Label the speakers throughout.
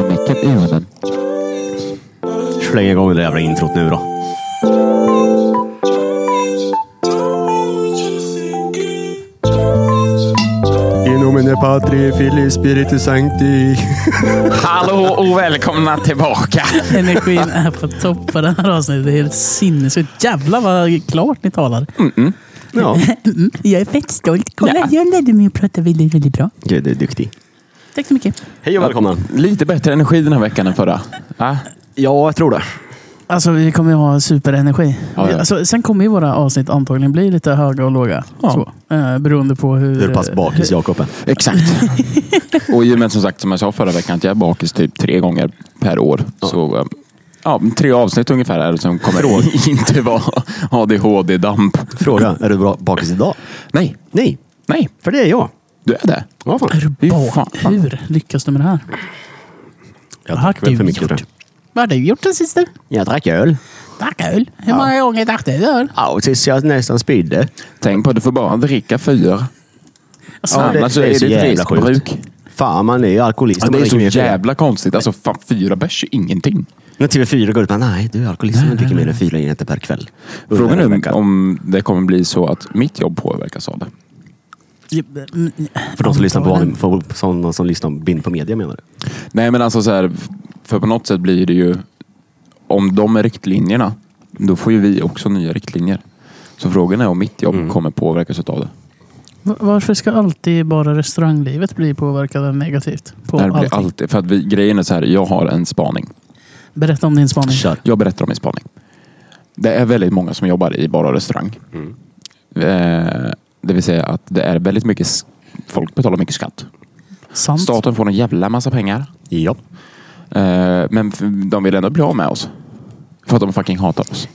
Speaker 1: knäckt ölen.
Speaker 2: Släng igång det jävla introt nu då.
Speaker 3: In nomine Patri, Filii, Spiritus Sancti.
Speaker 4: Hallå och välkomna tillbaka!
Speaker 5: Energin är på topp på det här avsnittet. Det är helt sinnessjukt. Jävlar vad klart ni talar.
Speaker 2: Ja,
Speaker 5: Mm, jag är fett stolt. Kolla,
Speaker 4: Ja.
Speaker 5: jag lärde mig att prata väldigt, väldigt bra.
Speaker 2: du är duktig.
Speaker 5: Tack så mycket.
Speaker 2: Hej och välkomna.
Speaker 4: Lite bättre energi den här veckan än förra. Ja.
Speaker 2: Ja, jag tror det.
Speaker 5: Alltså, vi kommer ju ha superenergi.
Speaker 4: Ja, ja.
Speaker 5: Alltså, sen kommer ju våra avsnitt antagligen bli lite höga och låga.
Speaker 4: Ja.
Speaker 5: Så, eh, beroende på hur... eh,
Speaker 2: Hur pass bakis Jakob är.
Speaker 4: Exakt. och i och med som sagt, som jag sa förra veckan, att jag är bakis typ tre gånger per år. Så eh, ja, tre avsnitt ungefär är det som kommer inte vara ADHD-damp.
Speaker 2: Fråga, är du bra bakis idag?
Speaker 4: Nej,
Speaker 2: Nej,
Speaker 4: nej,
Speaker 2: för det är jag.
Speaker 4: du är det.
Speaker 2: Ja, fan.
Speaker 5: Är du
Speaker 4: Fy
Speaker 5: bak?
Speaker 4: fan.
Speaker 5: Hur lyckas du med det här?
Speaker 2: Jag
Speaker 5: Vad har
Speaker 2: drack väl
Speaker 5: du
Speaker 2: för mycket.
Speaker 5: gjort?
Speaker 2: tror jag.
Speaker 5: Vad har du gjort den sista?
Speaker 2: Jag drack öl.
Speaker 5: Drack öl. Hur många gånger drack du öl?
Speaker 2: Ja, och tills jag nästan spydde.
Speaker 4: Tänk på, du får bara dricka fyra.
Speaker 5: Alltså,
Speaker 2: Ja,
Speaker 4: Annars så är det ett riskbruk.
Speaker 2: Fan, man är ju alkoholist.
Speaker 4: Ja,
Speaker 2: när
Speaker 4: det
Speaker 2: man
Speaker 4: är så
Speaker 2: dricker mer än fyra.
Speaker 4: jävla konstigt. Alltså fan, fyra bärs är ingenting.
Speaker 2: När TV4 går ut och bara, nej, du är alkoholist om du dricker mer än fyra enheter per kväll. Undrar
Speaker 4: Frågan
Speaker 2: den
Speaker 4: är
Speaker 2: veckan.
Speaker 4: om- om det kommer bli så att mitt jobb påverkas av det.
Speaker 2: För de som lyssnar på vanlig, för sådana som lyssnar på bind på media menar du?
Speaker 4: Nej men alltså så här, för på något sätt blir det ju, om de är riktlinjerna, då får ju vi också nya riktlinjer. Så frågan är om mitt jobb kommer påverkas av det.
Speaker 5: Va- Varför ska alltid bara restauranglivet bli påverkade negativt? På
Speaker 4: det här blir
Speaker 5: allting?
Speaker 4: alltid, för att vi, grejen är så här, jag har en spaning.
Speaker 5: Berätta om din spaning.
Speaker 2: Kör.
Speaker 4: Jag berättar om min spaning. Det är väldigt många som jobbar i bar och restaurang. Eh, det vill säga att det är väldigt mycket, s- folk betalar mycket skatt.
Speaker 5: Mm. Sant.
Speaker 4: Staten får en jävla massa pengar.
Speaker 2: Ja.
Speaker 4: Eh, Men f- de vill ändå bli av med oss. För att de fucking hatar oss.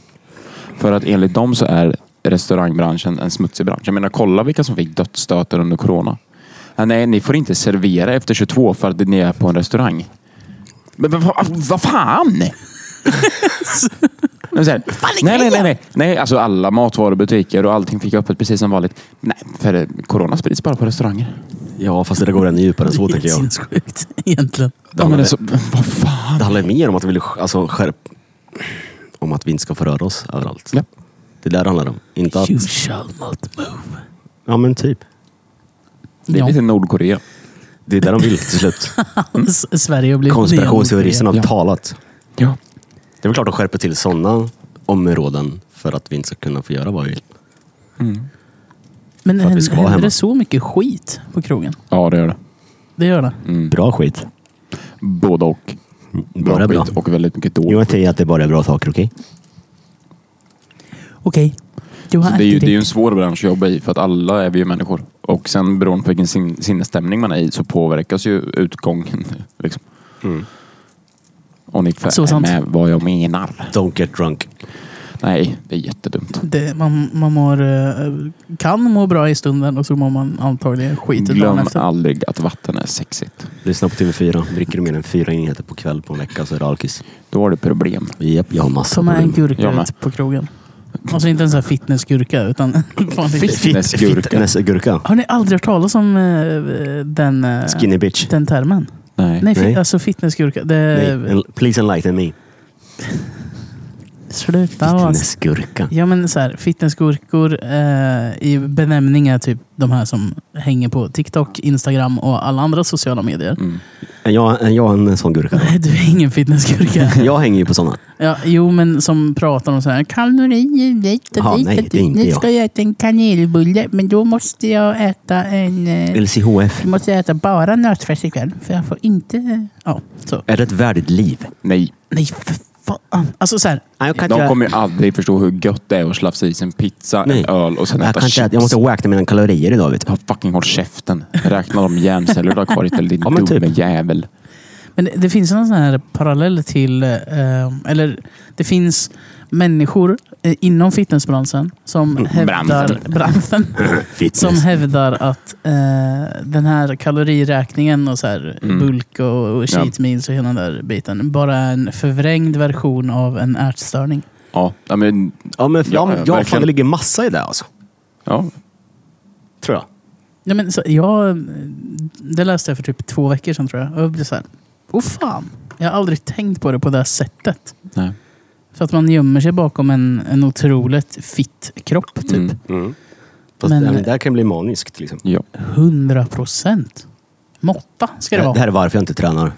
Speaker 4: För att enligt dem så är restaurangbranschen en smutsig bransch. Jag menar, kolla vilka som fick dödsstöten under corona. Ja, nej, ni får inte servera efter 22 för att ni är på en restaurang. Men vad va, vad fan! Men så här, nej, nej, nej, nej. nej alltså alla matvarubutiker och allting fick öppet precis som vanligt. Nej, för eh, corona sprids bara på restauranger.
Speaker 2: ja, fast det går ännu djupare än så
Speaker 5: Det
Speaker 2: tänker
Speaker 5: är
Speaker 2: jag.
Speaker 5: sinnessjukt egentligen.
Speaker 4: Ja, men alltså, vad fan?
Speaker 2: Det handlar mer om att vi vill sk- alltså, skärpa... Om att vi inte ska förröra oss överallt.
Speaker 4: Ja.
Speaker 2: Det där handlar det om. Inte att...
Speaker 5: You shall not move.
Speaker 2: Ja, men typ.
Speaker 4: Det är
Speaker 5: Ja.
Speaker 4: lite Nordkorea.
Speaker 2: Det är där de vill till slut.
Speaker 5: S- Alltså, Sverige har blivit
Speaker 2: Konspirationsteoristerna har
Speaker 4: Ja.
Speaker 2: talat.
Speaker 4: Ja.
Speaker 2: Det är väl klart att skärpa till sådana områden för att vi inte ska kunna få göra vad vi vill.
Speaker 5: Men
Speaker 2: för att vi ska vara
Speaker 5: händer
Speaker 2: hemma.
Speaker 5: det så mycket skit på krogen?
Speaker 4: ja, det gör det.
Speaker 5: Det gör det.
Speaker 2: Bra skit.
Speaker 4: Både och. Bra,
Speaker 2: Bara bra.
Speaker 4: skit och väldigt mycket dåligt.
Speaker 2: Jo, jag säger att det bara är bra saker, okej?
Speaker 5: Okej. Du har
Speaker 4: Så det, är ju,
Speaker 5: ätit
Speaker 4: det är ju
Speaker 5: ditt.
Speaker 4: en svår bransch att jobba i för att alla är vi ju människor. Och sen beroende på vilken sin, sinnesstämning man är i så påverkas ju utgången. Liksom. Om ni
Speaker 5: Så
Speaker 4: är
Speaker 5: sant.
Speaker 4: med vad jag menar.
Speaker 2: Don't get drunk.
Speaker 4: Nej, det är jättedumt.
Speaker 5: Det, man, man mår, eh, kan må bra i stunden och så mår man antagligen skit dagen
Speaker 4: Glöm
Speaker 5: efter.
Speaker 4: aldrig att vatten är sexigt.
Speaker 2: Lyssna på TV4. Dricker du mer än fyra enheter på kväll på en vecka så är det alkis.
Speaker 4: Då har du problem.
Speaker 2: Japp, jag har massa
Speaker 5: Ta med en
Speaker 2: problem.
Speaker 4: Jag
Speaker 5: gurka
Speaker 4: med.
Speaker 5: ut på krogen. Alltså inte en sån här fitnessgurka utan... Fan, det-
Speaker 4: Fitt- Fitnessgurka.
Speaker 2: Fitnessgurka.
Speaker 5: har ni aldrig hört talas om eh, den, eh,
Speaker 2: Skinny bitch.
Speaker 5: den termen?
Speaker 4: Nej.
Speaker 5: Nej, fi-
Speaker 2: Nej.
Speaker 5: alltså fitnessgurka. Det,
Speaker 2: Nej, en- please enlighten me.
Speaker 5: Sluta vara
Speaker 2: Fitnessgurka.
Speaker 5: Ja men så här, fitnessgurkor eh, i benämning är typ de här som hänger på TikTok, Instagram och alla andra sociala medier.
Speaker 4: Mm.
Speaker 2: Är jag, är jag en sån gurka?
Speaker 5: Nej, du är ingen fitnessgurka.
Speaker 2: Jag hänger ju på sådana.
Speaker 5: ja, jo, men som pratar om så här, kalorier dit
Speaker 2: Ja,
Speaker 5: och dit.
Speaker 2: nej,
Speaker 5: och
Speaker 2: det är
Speaker 5: dit.
Speaker 2: inte
Speaker 5: Nu
Speaker 2: jag.
Speaker 5: ska jag äta en kanelbulle, men då måste jag äta en... Eh,
Speaker 2: LCHF.
Speaker 5: då måste jag äta bara nötfärs ikväll, för jag får inte... eh, Ja, så.
Speaker 2: Är det ett värdigt liv?
Speaker 4: Nej.
Speaker 5: Nej, för fan. Alltså så här,
Speaker 2: Nej, jag kan
Speaker 4: De
Speaker 2: inte...
Speaker 4: kommer ju aldrig förstå hur gött det är att slafsa i sig en pizza,
Speaker 2: Nej.
Speaker 4: en öl och sen
Speaker 2: jag,
Speaker 4: äta
Speaker 2: kan inte
Speaker 4: chips.
Speaker 2: äta. jag måste räkna mina kalorier idag. Vet du.
Speaker 4: Ja, fucking håll käften. Räkna de hjärnceller du har kvar i ditt din
Speaker 2: Ja, men
Speaker 4: dumme
Speaker 2: typ.
Speaker 4: jävel.
Speaker 5: Men det, det finns någon sån här parallell till, eh, eller det finns människor eh, inom fitnessbranschen som hävdar, branschen,
Speaker 2: Fitness.
Speaker 5: som hävdar att eh, den här kaloriräkningen och så här bulk och, och cheat meals och hela den där biten bara är en förvrängd version av en ätstörning.
Speaker 4: Ja, ja, men,
Speaker 2: Ja, men
Speaker 4: Ja,
Speaker 2: ja, men- ja, fan,
Speaker 4: verkligen.
Speaker 2: det ligger massa i det alltså.
Speaker 4: ja,
Speaker 2: Tror jag.
Speaker 5: Ja, men, så, jag, det läste jag för typ två veckor sedan tror jag. Och jag blev så här, åh fan, Jag har aldrig tänkt på det på det här sättet.
Speaker 4: Nej.
Speaker 5: För att man gömmer sig bakom en, en otroligt fit kropp, typ.
Speaker 4: Mm.
Speaker 2: Mm. Fast
Speaker 5: Men-
Speaker 2: men, det där kan bli maniskt. Liksom.
Speaker 4: Ja.
Speaker 5: 100 procent. Måtta ska det
Speaker 2: Det,
Speaker 5: vara.
Speaker 2: det här är varför jag inte tränar.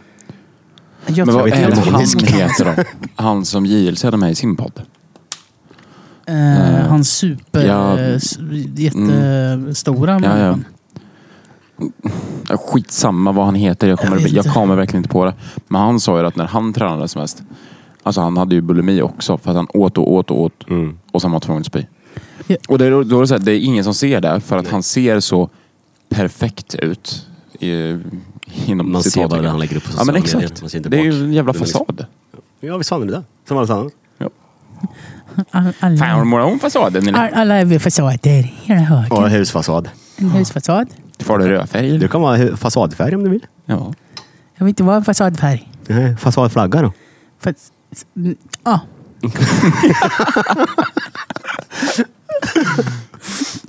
Speaker 5: jag
Speaker 4: Äh, Men
Speaker 5: tror
Speaker 4: vad
Speaker 5: att
Speaker 2: inte
Speaker 4: är
Speaker 5: jag-
Speaker 4: det
Speaker 2: om
Speaker 4: han
Speaker 2: manisk.
Speaker 4: heter då? Han som JLC hade med i sin podd.
Speaker 5: Eh,
Speaker 4: Eh,
Speaker 5: han super...
Speaker 4: ja. Mm.
Speaker 5: eh, s- jättestora
Speaker 4: Ja, ja.
Speaker 5: mannen.
Speaker 4: Ja, Skitsamma vad han heter, jag kommer,
Speaker 5: Jag vet
Speaker 4: jag
Speaker 5: inte.
Speaker 4: kommer verkligen inte på det. Men han sa ju att när han tränade som mest, alltså han hade ju bulimi också för att han åt och åt och åt
Speaker 2: Mm.
Speaker 4: och sen var han tvungen att spy.
Speaker 5: Ja.
Speaker 4: Och det är, då då är det, så här, det är ingen som ser det för att han ser så perfekt ut. I, inom
Speaker 2: Man ser bara
Speaker 4: citattecken.
Speaker 2: det han lägger upp på
Speaker 4: Ja men
Speaker 2: sociala
Speaker 4: exakt.
Speaker 2: medier. Man ser inte
Speaker 4: Det är ju
Speaker 2: bak.
Speaker 4: en jävla
Speaker 2: Men liksom-
Speaker 4: fasad.
Speaker 2: Ja, visst fan är det det. Som allt annat.
Speaker 4: Fan,
Speaker 5: Alla,
Speaker 4: har du
Speaker 5: alla,
Speaker 4: målat om fasaden? eller?
Speaker 5: alla är väl fasader. Hela
Speaker 2: Ja,
Speaker 5: högen.
Speaker 2: husfasad.
Speaker 5: En husfasad.
Speaker 4: Får du rödfärg?
Speaker 2: Du
Speaker 4: eller?
Speaker 2: kan vara hu- fasadfärg om du vill.
Speaker 4: Ja.
Speaker 5: Jag vill inte vara en fasadfärg.
Speaker 2: Nej, Fasadflagga då.
Speaker 5: Fast, mm, ja.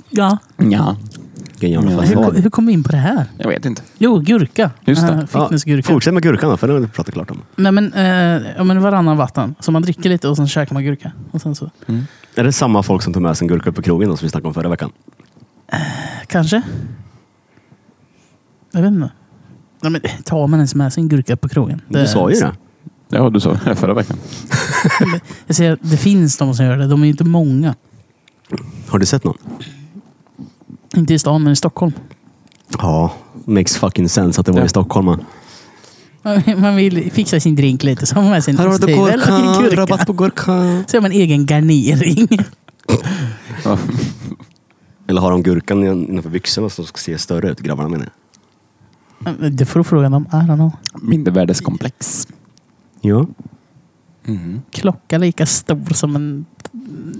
Speaker 5: ja.
Speaker 4: ja.
Speaker 2: Vilken jävla
Speaker 4: Ja.
Speaker 5: Hur,
Speaker 2: fasad.
Speaker 5: hur kom vi in på det här?
Speaker 4: Jag vet inte.
Speaker 5: Jo, gurka.
Speaker 4: Just det.
Speaker 5: Eh,
Speaker 2: Ja,
Speaker 5: Fitnessgurka.
Speaker 2: fortsätt med gurkan då, för den har vi pratat klart om.
Speaker 5: Nej, men, eh, ja, men varannan vatten. Så man dricker lite och sen käkar man gurka. Och sen så.
Speaker 2: Är det samma folk som tog med sig en gurka upp på krogen då, som vi snackade om förra veckan?
Speaker 5: Kanske. Jag vet inte. Nej, men, tar man ens med sig en gurka på krogen?
Speaker 2: Du sa ju det.
Speaker 4: Ja, du sa det förra veckan.
Speaker 5: Jag säger, att det finns de som gör det. De är ju inte många.
Speaker 2: Har du sett någon?
Speaker 5: Inte i stan, men i Stockholm.
Speaker 2: Ja, makes fucking sense att det var
Speaker 4: Ja.
Speaker 2: i Stockholm. man.
Speaker 5: Man vill fixa sin drink lite, så har man med sin osthyvel och en gurka.
Speaker 2: på gurka.
Speaker 5: Så har man egen garnering.
Speaker 4: Ja.
Speaker 2: Eller har de gurkan in- innanför byxorna så de ska se större ut, grabbarna menar jag.
Speaker 5: Det får du fråga dem. I don't know.
Speaker 4: Mindervärdeskomplex.
Speaker 2: Ja.
Speaker 4: Mm.
Speaker 5: Klocka lika stor som en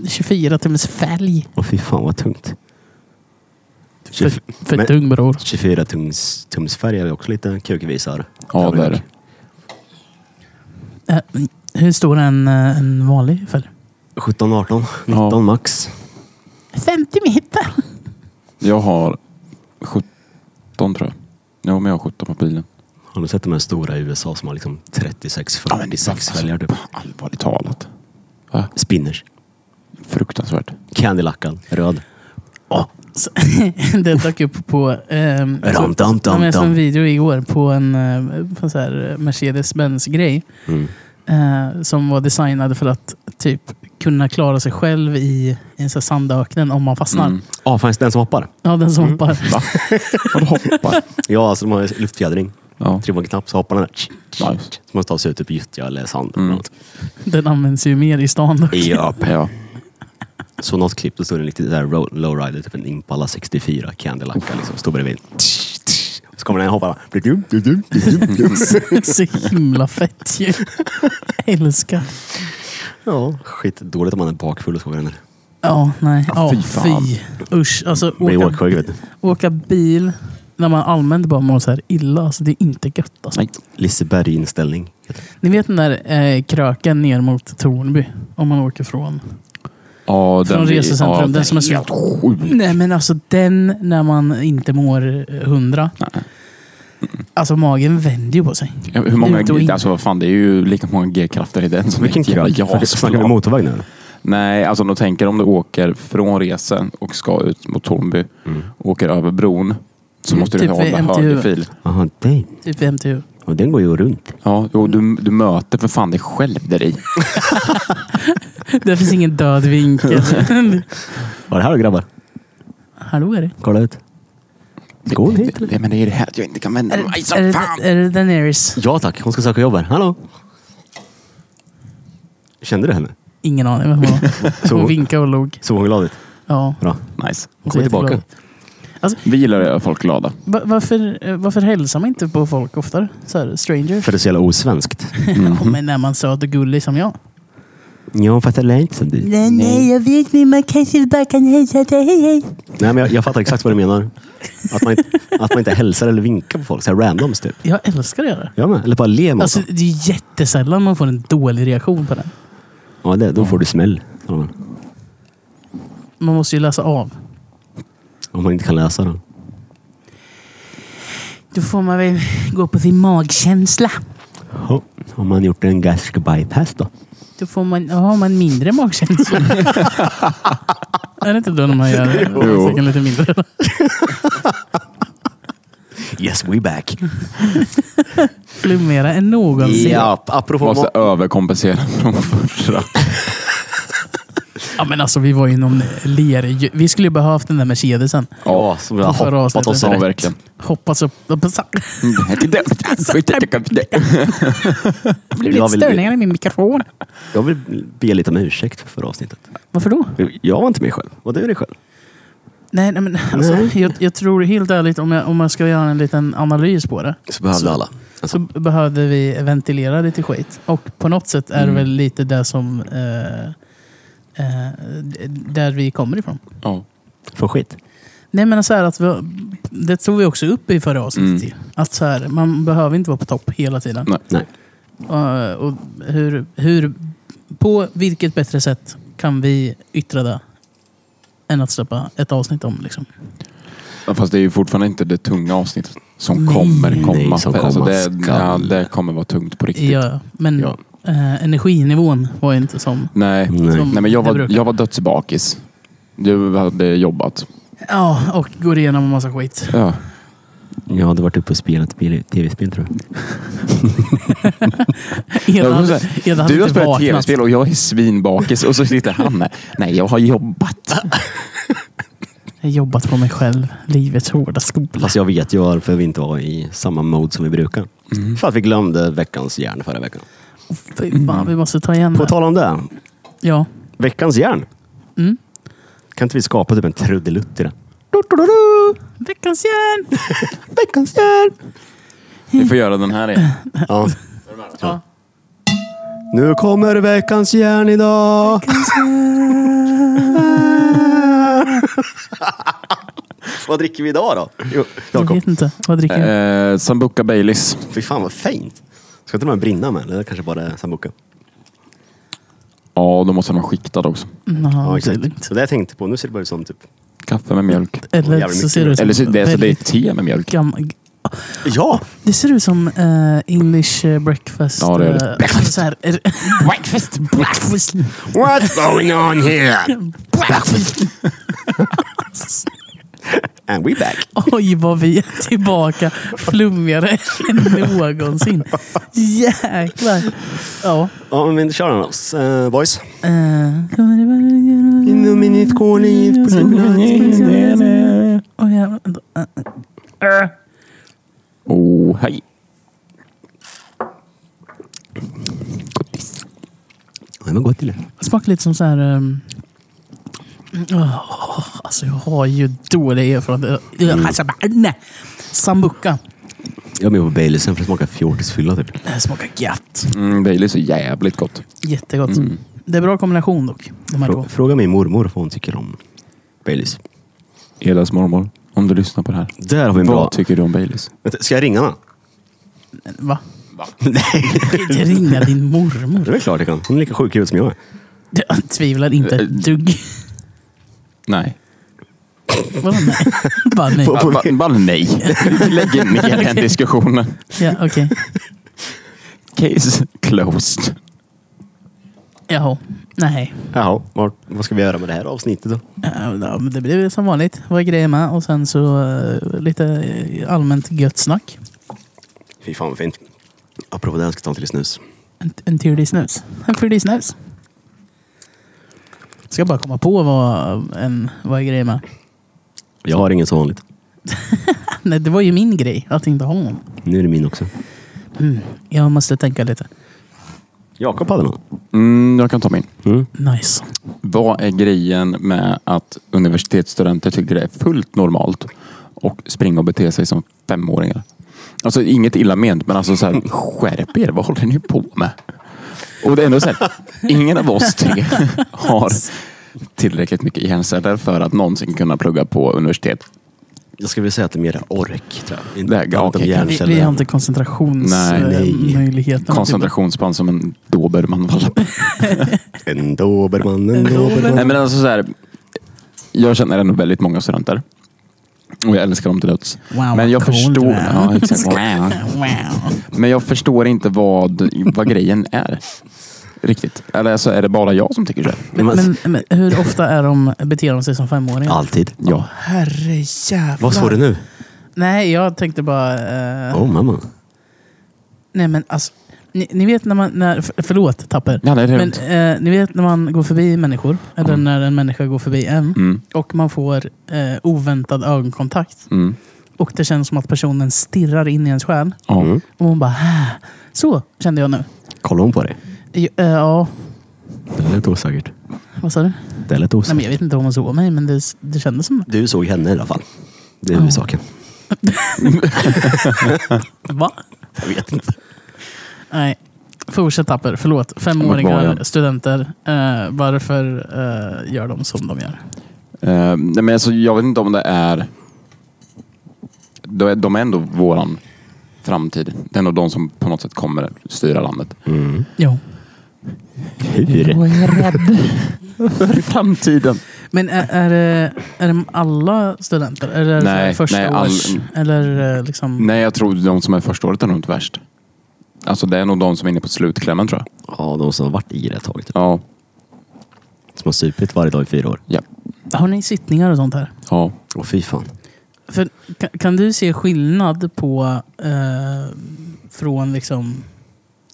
Speaker 5: 24 timmars fälg.
Speaker 2: Och fy fan vad tungt.
Speaker 5: För,
Speaker 2: Tjugofy-
Speaker 5: för
Speaker 2: men-
Speaker 5: tung bror.
Speaker 2: 24 tums, tumsfärg är också lite kukvisar.
Speaker 4: Ja, det är det.
Speaker 5: Eh, Hur stor är en, eh, en vanlig fälg?
Speaker 2: 17, 18, 19
Speaker 4: Ja.
Speaker 2: max.
Speaker 5: 50 meter.
Speaker 4: Jag har 17 tror jag. Jo, men jag har 17 på bilen.
Speaker 2: Har du sett de här stora i USA som har liksom 36,
Speaker 4: Ja, men det är
Speaker 2: 46
Speaker 4: alltså-
Speaker 2: fälgar typ?
Speaker 4: Allvarligt talat.
Speaker 2: Spinners.
Speaker 4: Fruktansvärt.
Speaker 2: Candylackad. Röd.
Speaker 5: Åh, så- det dök upp på... ehm,
Speaker 2: Ram,
Speaker 5: så-
Speaker 2: dam, dam,
Speaker 5: Ja, men Jag såg en
Speaker 2: dam.
Speaker 5: video igår på en, eh, på en så här Mercedes-Benz-grej.
Speaker 2: Mm.
Speaker 5: Eh, som var designad för att typ kunna klara sig själv i, i en sån här sandöknen om man fastnar.
Speaker 4: Mm.
Speaker 2: Ja, fanns den som hoppar?
Speaker 5: Ja, den som hoppar.
Speaker 4: Va? Vadå hoppar?
Speaker 2: Ja, alltså de har ju luftfjädring.
Speaker 4: Ja.
Speaker 2: Trycker man en knapp så hoppar den där.
Speaker 4: Nice.
Speaker 2: Så måste ta sig ut typ i gyttja eller sand.
Speaker 4: Mm.
Speaker 2: eller något.
Speaker 5: Den används ju mer i stan. Då.
Speaker 2: Ja.
Speaker 4: Ja.
Speaker 2: Så något klipp, då stod det en riktig där row- lowrider, typ en Impala 64 Candylacka liksom. Stod bredvid. Så kommer den och hoppar. Blidum, blidum, blidum, blidum.
Speaker 5: så himla fett ju. Älskar.
Speaker 2: Ja, skit dåligt om man är bakfull och så går den där.
Speaker 5: Ja, nej.
Speaker 4: Ja,
Speaker 5: Ja,
Speaker 4: fy fan.
Speaker 5: fy. Usch. Alltså,
Speaker 2: Blir
Speaker 5: åka,
Speaker 2: åksjuk vet du.
Speaker 5: åka bil när man allmänt bara mår så här illa. Alltså, det är inte gött. Alltså.
Speaker 4: Nej.
Speaker 2: Liseberg-inställning.
Speaker 5: Ni vet den där eh, kröken ner mot Tornby? Om man åker från...
Speaker 4: Ja,
Speaker 5: Från
Speaker 4: vi-
Speaker 5: resecentrum, den som är så-
Speaker 4: helt sjuk.
Speaker 5: Nej men alltså den när man inte mår eh, hundra. Alltså magen vänder ju på sig.
Speaker 4: Ja, Hur många,
Speaker 5: Ut och in.
Speaker 4: alltså vad fan, det är ju lika många G-krafter i den som
Speaker 2: Vilken
Speaker 4: ett jävla
Speaker 2: krök. Snackar vi
Speaker 4: jasplan.
Speaker 2: motorväg nu?
Speaker 4: Nej, alltså om du tänker om du åker från resen och ska ut mot Tornby
Speaker 2: Mm.
Speaker 4: och åker över bron så måste du
Speaker 5: Typ vid
Speaker 4: hålla
Speaker 5: MTU.
Speaker 4: högerfil.
Speaker 2: Jaha, den.
Speaker 5: Typ vid MTU.
Speaker 2: Och den går ju runt.
Speaker 4: Ja, och du,
Speaker 2: Mm.
Speaker 4: du möter för fan dig själv där i.
Speaker 5: Det finns ingen död vinkel.
Speaker 2: Vad är det här då grabbar?
Speaker 5: Hallå är det?
Speaker 2: Kolla ut. Ska hon hit
Speaker 4: Det, det, men det är det här att jag inte kan vända mig
Speaker 5: är,
Speaker 4: som fan.
Speaker 5: det, är det Daenerys?
Speaker 2: Ja tack, hon ska söka jobb här. Hallå! Kände du henne?
Speaker 5: Ingen aning vem hon var. Hon
Speaker 2: Så-
Speaker 5: vinkade och log.
Speaker 2: Såg hon glad ut?
Speaker 5: Ja.
Speaker 2: Bra.
Speaker 4: Nice.
Speaker 2: Hon kommer
Speaker 5: Så jätteglad.
Speaker 2: tillbaka.
Speaker 4: Vi gillar att göra folk glada.
Speaker 5: Va- Varför, eh, varför hälsar man inte på folk oftare? Så här, strangers?
Speaker 2: För det är så jävla osvenskt.
Speaker 5: Ja,
Speaker 1: Mhm.
Speaker 5: men när man söt och gullig som jag.
Speaker 2: Ja, fast jag är inte som du.
Speaker 1: Nej, nej, jag vet nu. Man kanske bara kan hälsa till hej, hej.
Speaker 2: Nej, men jag, jag fattar exakt vad du menar. Att man, inte, att man inte hälsar eller vinkar på folk. Så här randoms typ.
Speaker 5: Jag älskar att göra det.
Speaker 2: Jag med. Eller bara ler mot
Speaker 5: Alltså,
Speaker 2: dem.
Speaker 5: det är jättesällan man får en dålig reaktion på den.
Speaker 2: Ja, det, då får du smäll.
Speaker 5: Man måste ju läsa av.
Speaker 2: Om man inte kan läsa den.
Speaker 5: Då får man väl gå på sin magkänsla.
Speaker 2: Ja. Har man gjort en gastric bypass då?
Speaker 5: Då får man, då har man mindre magkänsla. är det inte då när man gör
Speaker 4: Jo.
Speaker 5: magsäcken lite mindre?
Speaker 2: Yes, we back.
Speaker 5: Flummera än någonsin. Ja.
Speaker 2: Ja, apropå...
Speaker 4: Måste
Speaker 2: ma-
Speaker 4: överkompensera från första.
Speaker 5: men alltså vi var ju någon ler. Vi skulle ju behövt den där Mercedesen.
Speaker 2: Ja, som vi har
Speaker 5: Förra
Speaker 2: hoppat oss
Speaker 5: avsnittet.
Speaker 4: Ja,
Speaker 2: rätt.
Speaker 4: verkligen.
Speaker 5: Hoppas upp...
Speaker 4: Mm,
Speaker 5: Det blir
Speaker 2: Jag
Speaker 5: lite
Speaker 2: vill-
Speaker 5: störningar i min mikrofon.
Speaker 2: Jag vill be lite om ursäkt för förra avsnittet.
Speaker 5: Varför då?
Speaker 2: Jag var inte mig själv. Var du dig själv?
Speaker 5: Nej, nej men alltså, Jag, jag tror helt ärligt om jag, om jag ska göra en liten analys på det.
Speaker 2: Så behövde alla. Alltså,
Speaker 5: så behövde vi ventilera lite skit. Och på något sätt är det väl lite det som... Eh, eh, d- där vi kommer ifrån.
Speaker 4: Ja.
Speaker 2: för skit.
Speaker 5: Nej men så här att vi, det tog vi också upp i förra avsnittet. ju. Att så här, man behöver inte vara på topp hela tiden.
Speaker 4: Nej.
Speaker 2: Nej.
Speaker 5: Eh, och hur, hur, på vilket bättre sätt kan vi yttra det än att släppa ett avsnitt om liksom?
Speaker 4: Fast det är ju fortfarande inte det tunga avsnittet som kommer komma.
Speaker 2: Nej, som
Speaker 4: För alltså
Speaker 2: komma
Speaker 4: det,
Speaker 2: skall.
Speaker 4: ja, det kommer vara tungt på riktigt.
Speaker 5: Typ. Ja, men
Speaker 2: Ja.
Speaker 5: eh, energinivån var ju inte som...
Speaker 4: Nej.
Speaker 2: Nej.
Speaker 5: som
Speaker 4: Nej, men jag
Speaker 5: det
Speaker 4: var,
Speaker 5: brukar.
Speaker 4: jag var dödsbakis. Du hade jobbat.
Speaker 5: Ja, och går igenom en massa skit.
Speaker 4: Ja.
Speaker 2: Jag hade varit uppe och spelat bil- tv-spel tror jag.
Speaker 5: Eda
Speaker 4: Jag
Speaker 5: hade,
Speaker 4: måste säga,
Speaker 5: Eda hade
Speaker 4: du har
Speaker 5: inte
Speaker 4: spelat
Speaker 5: vaknat.
Speaker 4: tv-spel och jag är svinbakis och så sitter han här. Nej, jag har jobbat.
Speaker 5: Jag har jobbat på mig själv. Livets hårda skola.
Speaker 4: Alltså,
Speaker 2: Fast jag vet ju varför vi inte var i samma mode som vi brukar. För att vi glömde veckans järn förra veckan.
Speaker 5: Fy
Speaker 4: mm.
Speaker 5: fan, vi måste ta igen
Speaker 2: På
Speaker 5: det.
Speaker 2: tal om det.
Speaker 5: Ja.
Speaker 2: Veckans järn.
Speaker 5: Mm.
Speaker 2: Kan inte vi skapa typ en trudelutt i det?
Speaker 5: Veckans järn!
Speaker 2: Veckans järn!
Speaker 4: Vi får göra den här igen.
Speaker 2: Ja.
Speaker 5: Ja.
Speaker 2: Nu kommer veckans järn idag! vad dricker vi idag då? Jo,
Speaker 5: Jag
Speaker 2: Jakob.
Speaker 5: vet inte. Vad dricker jag?
Speaker 4: Eh, Sambuca Baileys.
Speaker 2: Fy fan vad fint! Ska inte de här brinna med? Eller kanske bara är sambuca?
Speaker 4: Ja, då måste den vara skiktad också.
Speaker 5: Nå, Mm, det är
Speaker 2: exakt.
Speaker 5: lugnt.
Speaker 2: Så det jag tänkte på. Nu ser det bara ut som typ...
Speaker 4: Kaffe med mjölk.
Speaker 5: Eller
Speaker 2: jävligt
Speaker 5: så
Speaker 2: mycket
Speaker 5: ser det
Speaker 2: bra.
Speaker 5: ut som...
Speaker 4: Eller så, det, alltså, det är
Speaker 5: väldigt
Speaker 4: te med mjölk.
Speaker 5: gam-
Speaker 2: Ja!
Speaker 5: det ser ut som eh, English eh, breakfast.
Speaker 4: Ja, det är det.
Speaker 5: eh, alltså så här, är det- breakfast! Breakfast!
Speaker 2: What's going on here? And we back!
Speaker 5: Oj, vad vi är tillbaka flummigare än någonsin. Jäklar. Ja.
Speaker 2: Ja, men kör den oss. Uh, boys.
Speaker 5: eh, kommer det vara-
Speaker 2: Inom mitt kolliv på
Speaker 5: Åh, jävlar. Eh,
Speaker 4: Oh, hej.
Speaker 2: Det var gott eller?
Speaker 5: Smakar lite som så här... Um... åh, alltså jag har ju dålig erfarenhet. Mm. Nej. Sambuca.
Speaker 2: Jag är med på Baileysen för att smaka fjortisfylla typ.
Speaker 5: Det här smakar gött.
Speaker 4: Mm, Baileys är jävligt gott.
Speaker 5: Jättegott. Det är bra kombination dock. De här
Speaker 2: Frå-
Speaker 5: två.
Speaker 2: fråga min mormor vad hon tycker om Baileys.
Speaker 4: Elas mormor, om du lyssnar på det här.
Speaker 2: Där har vi en bra...
Speaker 4: Vad tycker du om Baileys?
Speaker 2: Vänta, Ska jag ringa henne?
Speaker 5: Va?
Speaker 2: Nej,
Speaker 5: Inte ringa din mormor.
Speaker 2: det är väl klart jag kan. Hon är lika sjuk i huvudet som jag är.
Speaker 5: Jag tvivlar inte ett dugg.
Speaker 4: Nej.
Speaker 5: Vadå nej? Bara nej.
Speaker 2: På-
Speaker 4: Bara bara nej. Lägg ner den diskussionen.
Speaker 5: Ja, okej.
Speaker 4: Case closed.
Speaker 5: Jaha. Nej.
Speaker 2: Jaha, vad- vad ska vi göra med det här avsnittet då?
Speaker 5: Ja, men det blir väl som vanligt. Vad är grejen med? Och sen så eh, lite eh, allmänt gött snack.
Speaker 2: Fy fan vad fint. Apropå det, jag ska ta en till snus.
Speaker 5: En, en tidig snus. En tidig snus. Ska bara komma på vad, en, vad är grejen med.
Speaker 2: Jag har ingen som vanligt.
Speaker 5: Nej, det var ju min grej att inte ha någon.
Speaker 2: Nu är det min också.
Speaker 5: Jag måste tänka lite.
Speaker 2: Jakob hade någon.
Speaker 4: Mm, jag kan ta min.
Speaker 5: Nice.
Speaker 4: Vad är grejen med att universitetsstudenter tycker det är fullt normalt och springa och bete sig som femåringar? Alltså inget illa ment, men alltså så här, skärp er, vad håller ni på med? Och det är ändå så här, ingen av oss tre har tillräckligt mycket hjärnceller för att någonsin kunna plugga på universitet.
Speaker 2: Jag skulle vilja säga att det är mer ork, tror jag.
Speaker 4: Det här-
Speaker 2: Inte om
Speaker 4: okej.
Speaker 5: Vi,
Speaker 2: hjärnceller.
Speaker 5: vi har inte
Speaker 4: Nej,
Speaker 2: nej.
Speaker 5: koncentrationsmöjligheterna.
Speaker 4: Koncentrationsspann som en dobermannvalp.
Speaker 2: En dobermann, en dobermann.
Speaker 4: Nej men alltså så här, jag känner ändå väldigt många studenter Och jag älskar dem till döds.
Speaker 5: Wow,
Speaker 4: Men jag
Speaker 5: vad coolt
Speaker 4: förstår...
Speaker 5: du är.
Speaker 4: Ja, exakt. Wow.
Speaker 5: Wow.
Speaker 4: Men jag förstår inte vad, vad grejen är. Riktigt. Eller så är det bara jag som tycker så. här?
Speaker 5: Men, men, men hur ofta är de, beter de sig som femåringar?
Speaker 2: Alltid.
Speaker 4: Ja.
Speaker 5: Herre jävlar.
Speaker 2: Vad sa du nu?
Speaker 5: Nej, jag tänkte bara... eh,
Speaker 2: Åh mamma.
Speaker 5: Nej men alltså, ni, ni vet när man... När, för- förlåt Tapper.
Speaker 4: Ja, nej, det är
Speaker 5: men,
Speaker 4: lugnt.
Speaker 5: eh, ni vet när man går förbi människor, eller
Speaker 2: Mm.
Speaker 5: när en människa går förbi en,
Speaker 4: Mm,
Speaker 5: och man får eh, oväntad ögonkontakt.
Speaker 4: mm.
Speaker 5: Och det känns som att personen stirrar in i ens själ.
Speaker 4: Ja.
Speaker 2: Mm.
Speaker 5: Och man bara... "Ah." Så kände jag nu.
Speaker 2: Kollar hon på dig?
Speaker 5: Ja, eh, ja
Speaker 2: Det lät osäkert.
Speaker 5: vad sa du?
Speaker 2: Det lät
Speaker 5: Nej, men
Speaker 2: osäkert.
Speaker 5: jag vet inte om hon såg mig, men det, det kändes som
Speaker 2: Du såg henne i alla fall. Det är huvudsaken.
Speaker 5: Va?
Speaker 2: Jag vet inte.
Speaker 5: Nej. Fortsätt Tapper, förlåt.
Speaker 4: Vart var
Speaker 5: Femåringar,
Speaker 4: jag?
Speaker 5: studenter. Eh, varför eh, gör de som de gör?
Speaker 4: Eh, nej, men alltså, jag vet inte om det är... De är, de är ändå våran framtid. Det är ändå de som på något sätt kommer styra landet.
Speaker 5: Jo.
Speaker 2: Hur?
Speaker 4: är rädd för framtiden.
Speaker 5: Men är, är, det, är det alla studenter? Eller är
Speaker 4: Nej,
Speaker 5: det så här första
Speaker 4: nej, all-
Speaker 5: års? Eller eh, liksom...
Speaker 4: Nej, jag tror de som är första året är nog inte värst. Alltså det är nog de som är inne på slutklämmen tror jag.
Speaker 2: Ja, de som har varit i det ett tag. Typ.
Speaker 4: Ja.
Speaker 2: Som har supit varje dag i fyra år.
Speaker 4: Ja.
Speaker 5: Har ni sittningar och sånt här?
Speaker 4: ja.
Speaker 2: Åh fy fan.
Speaker 5: För, kan, kan du se skillnad på eh, från liksom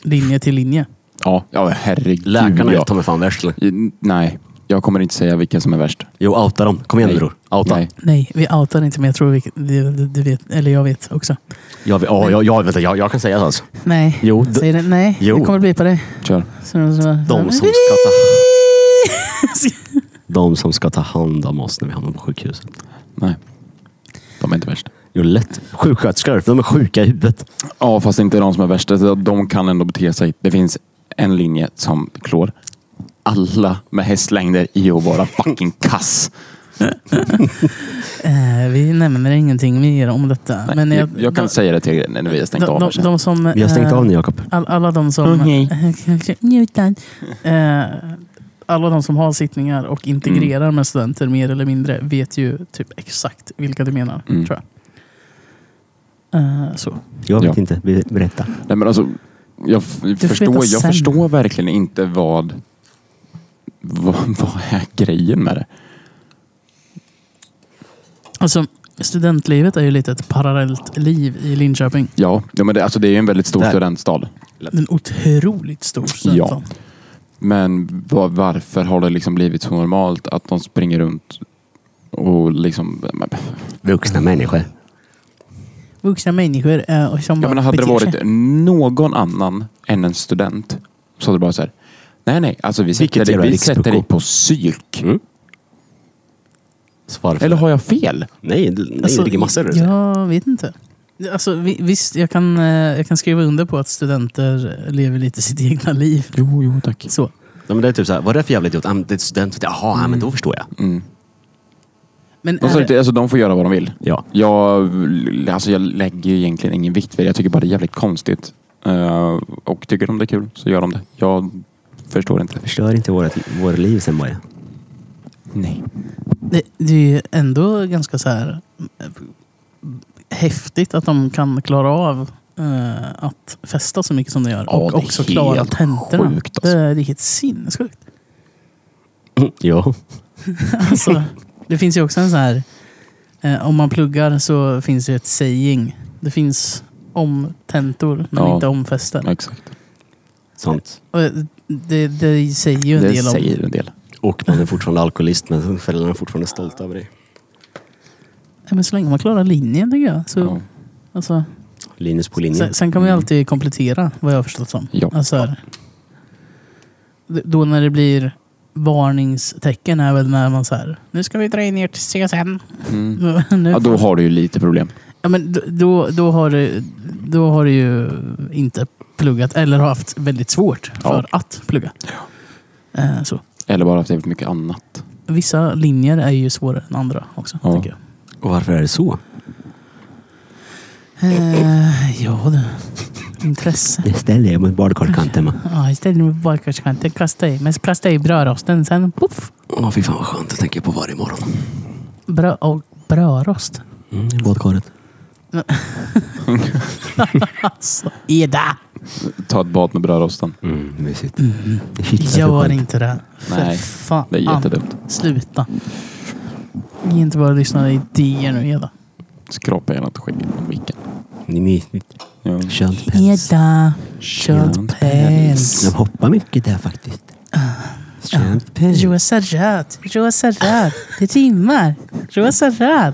Speaker 5: linje till linje?
Speaker 4: Ja, ja herregud.
Speaker 2: Läkarna är
Speaker 4: ja.
Speaker 2: ta mig fan värst. eller?
Speaker 4: I- Nej, jag kommer inte säga vilka som är värst.
Speaker 2: Jo, outa dem. Kom igen nu
Speaker 4: Nej.
Speaker 2: bror. Outa.
Speaker 4: Nej.
Speaker 5: Nej, vi outar inte men jag tror vi, du, du- du vet, eller jag vet också.
Speaker 2: Jag, vill- ja, jag, jag, vänta, jag, jag kan säga så alltså.
Speaker 5: Nej,
Speaker 2: Jo, d-
Speaker 5: säg det, nej
Speaker 2: Jo.
Speaker 5: det kommer bli på dig.
Speaker 4: Kör.
Speaker 5: Så, så, så,
Speaker 2: De som ska ta, de som ska ta hand om oss när vi hamnar på sjukhuset.
Speaker 4: Nej. De är inte värst.
Speaker 2: Jo, lätt. Sjuksköterskor, för de är sjuka i huvudet.
Speaker 4: Ja, fast inte de som är värst. Alltså, De kan ändå bete sig. Det finns en linje som klår alla med hästlängder i att vara fucking kass.
Speaker 5: Eh, vi nämner ingenting mer om detta.
Speaker 4: Nej,
Speaker 5: men
Speaker 4: jag, kan
Speaker 5: de-
Speaker 4: säga det till er när vi har stängt
Speaker 5: de,
Speaker 4: av. här
Speaker 5: de,
Speaker 4: sen.
Speaker 5: de som,
Speaker 2: Vi har stängt
Speaker 5: eh,
Speaker 2: av nu Jakob.
Speaker 5: All, alla de som...
Speaker 4: Okej.
Speaker 5: Njutan. Eh, alla de som har sittningar och integrerar
Speaker 4: Mm.
Speaker 5: med studenter mer eller mindre vet ju typ exakt vilka du menar,
Speaker 4: Mm.
Speaker 5: tror jag. Eh, så.
Speaker 2: Jag vet
Speaker 4: Ja.
Speaker 2: inte. Be- Berätta.
Speaker 4: Nej, men alltså, jag, f-
Speaker 5: får veta
Speaker 4: förstår, jag
Speaker 5: sen.
Speaker 4: förstår verkligen inte vad, vad... Vad är grejen med det?
Speaker 5: Alltså, studentlivet är ju lite ett parallellt liv i Linköping.
Speaker 4: Ja, ja men det, alltså, det är ju en väldigt stor
Speaker 2: Där.
Speaker 4: studentstad.
Speaker 5: En otroligt stor studentstad.
Speaker 4: Men va- varför har det liksom blivit så normalt att de springer runt och liksom...
Speaker 2: Vuxna människor.
Speaker 5: Vuxna människor eh, och som
Speaker 4: Ja, men
Speaker 5: bara
Speaker 4: hade det
Speaker 5: beter
Speaker 4: varit
Speaker 5: sig.
Speaker 4: någon annan än en student så hade det bara så här. Nej, nej. Alltså vi sätter,
Speaker 2: Vilket
Speaker 4: dig,
Speaker 2: jävla
Speaker 4: vi sätter dig
Speaker 2: rikspurko."
Speaker 4: på psyk.
Speaker 2: Svara för
Speaker 4: Eller
Speaker 2: det.
Speaker 4: har jag fel?
Speaker 2: Nej, det- nej
Speaker 5: Alltså,
Speaker 2: det ligger massor där ute.
Speaker 5: Jag vet inte. Alltså, vi, visst, jag kan, eh, jag kan skriva under på att studenter lever lite sitt egna liv.
Speaker 4: Jo, jo tack.
Speaker 5: Så.
Speaker 2: Ja, men det är typ så här, vad är det för jävla idiot? Ah, men Det är ett student. Jaha, ja, men då förstår jag.
Speaker 4: Mm.
Speaker 5: Men
Speaker 4: De,
Speaker 5: är
Speaker 4: sa
Speaker 5: det,
Speaker 4: inte- alltså, de får göra vad de vill.
Speaker 2: Ja.
Speaker 4: Jag, alltså, jag lägger ju egentligen ingen vikt vid det. Jag tycker bara det är jävligt konstigt. Eh, och tycker de det är kul så gör de det. Jag förstår inte.
Speaker 2: Förstör inte vårt, våra liv sen bara.
Speaker 4: Nej.
Speaker 5: det, det är ju ändå ganska så här eh, häftigt att de kan klara av eh, att festa så mycket som de gör.
Speaker 4: Ja,
Speaker 5: och
Speaker 4: det är
Speaker 5: också klara
Speaker 4: helt
Speaker 5: tentorna.
Speaker 4: sjukt, alltså.
Speaker 5: Det är helt sinnessjukt.
Speaker 2: Mm. Ja.
Speaker 5: Alltså, det finns ju också en så här... Eh, om man pluggar så finns det ju ett saying. Det finns om tentor, men
Speaker 4: Ja.
Speaker 5: inte om fester.
Speaker 4: Exakt.
Speaker 2: Sånt.
Speaker 5: Och det, det säger ju en
Speaker 4: Det
Speaker 5: del om...
Speaker 4: säger en del.
Speaker 2: Och man är fortfarande alkoholist men föräldrarna är fortfarande stolta över dig.
Speaker 5: Ja, Men så länge man klarar linjen tycker jag. Så,
Speaker 4: Ja.
Speaker 5: alltså,
Speaker 2: Linus på linjen.
Speaker 5: sen, sen kan man ju alltid komplettera vad jag har förstått som.
Speaker 4: Ja.
Speaker 5: Alltså, här, d- då när det blir varningstecken är väl när man så här, nu ska vi dra in er till CSN.
Speaker 4: Mm.
Speaker 5: nu,
Speaker 4: Ja, då har du ju lite problem.
Speaker 5: ja, men d- då, då, har du, då har du ju inte pluggat eller har haft väldigt svårt för att plugga. Eh, så.
Speaker 4: Eller bara haft jävligt mycket annat.
Speaker 5: Vissa linjer är ju svårare än andra också.
Speaker 4: Ja.
Speaker 5: Tycker jag.
Speaker 2: Och varför är det så?
Speaker 5: Eh, ja du. Intresse.
Speaker 2: Det ställer jag mot badkarlkanten med.
Speaker 5: Ja, istället för badkarskanten kasta i. Men kasta i brödrosten. Sen poff!
Speaker 2: Åh fy fan vad skönt att tänka på varje morgon.
Speaker 5: Brö och brödrost.
Speaker 2: Mm, i badkaret.
Speaker 5: Alltså, Eda!
Speaker 4: Ta ett bad med brödrosten.
Speaker 2: Mm, mysigt. Det kittlar så
Speaker 5: Gör
Speaker 2: skönt.
Speaker 5: inte det. För
Speaker 4: Nej,
Speaker 5: fan.
Speaker 4: Det är jättedumt.
Speaker 5: Sluta. Ge inte bara lyssnare idéer nu, Eda.
Speaker 4: Skrapa gärna inte skägget på micken.
Speaker 2: Det är mysigt.
Speaker 4: Ja.
Speaker 2: Skönt päls.
Speaker 5: Eda.
Speaker 2: De
Speaker 5: Köttpäls.
Speaker 2: hoppar mycket där faktiskt. Skönt päls.
Speaker 5: Rosa röd. Rosa röd. Det rimmar. Rosa röd.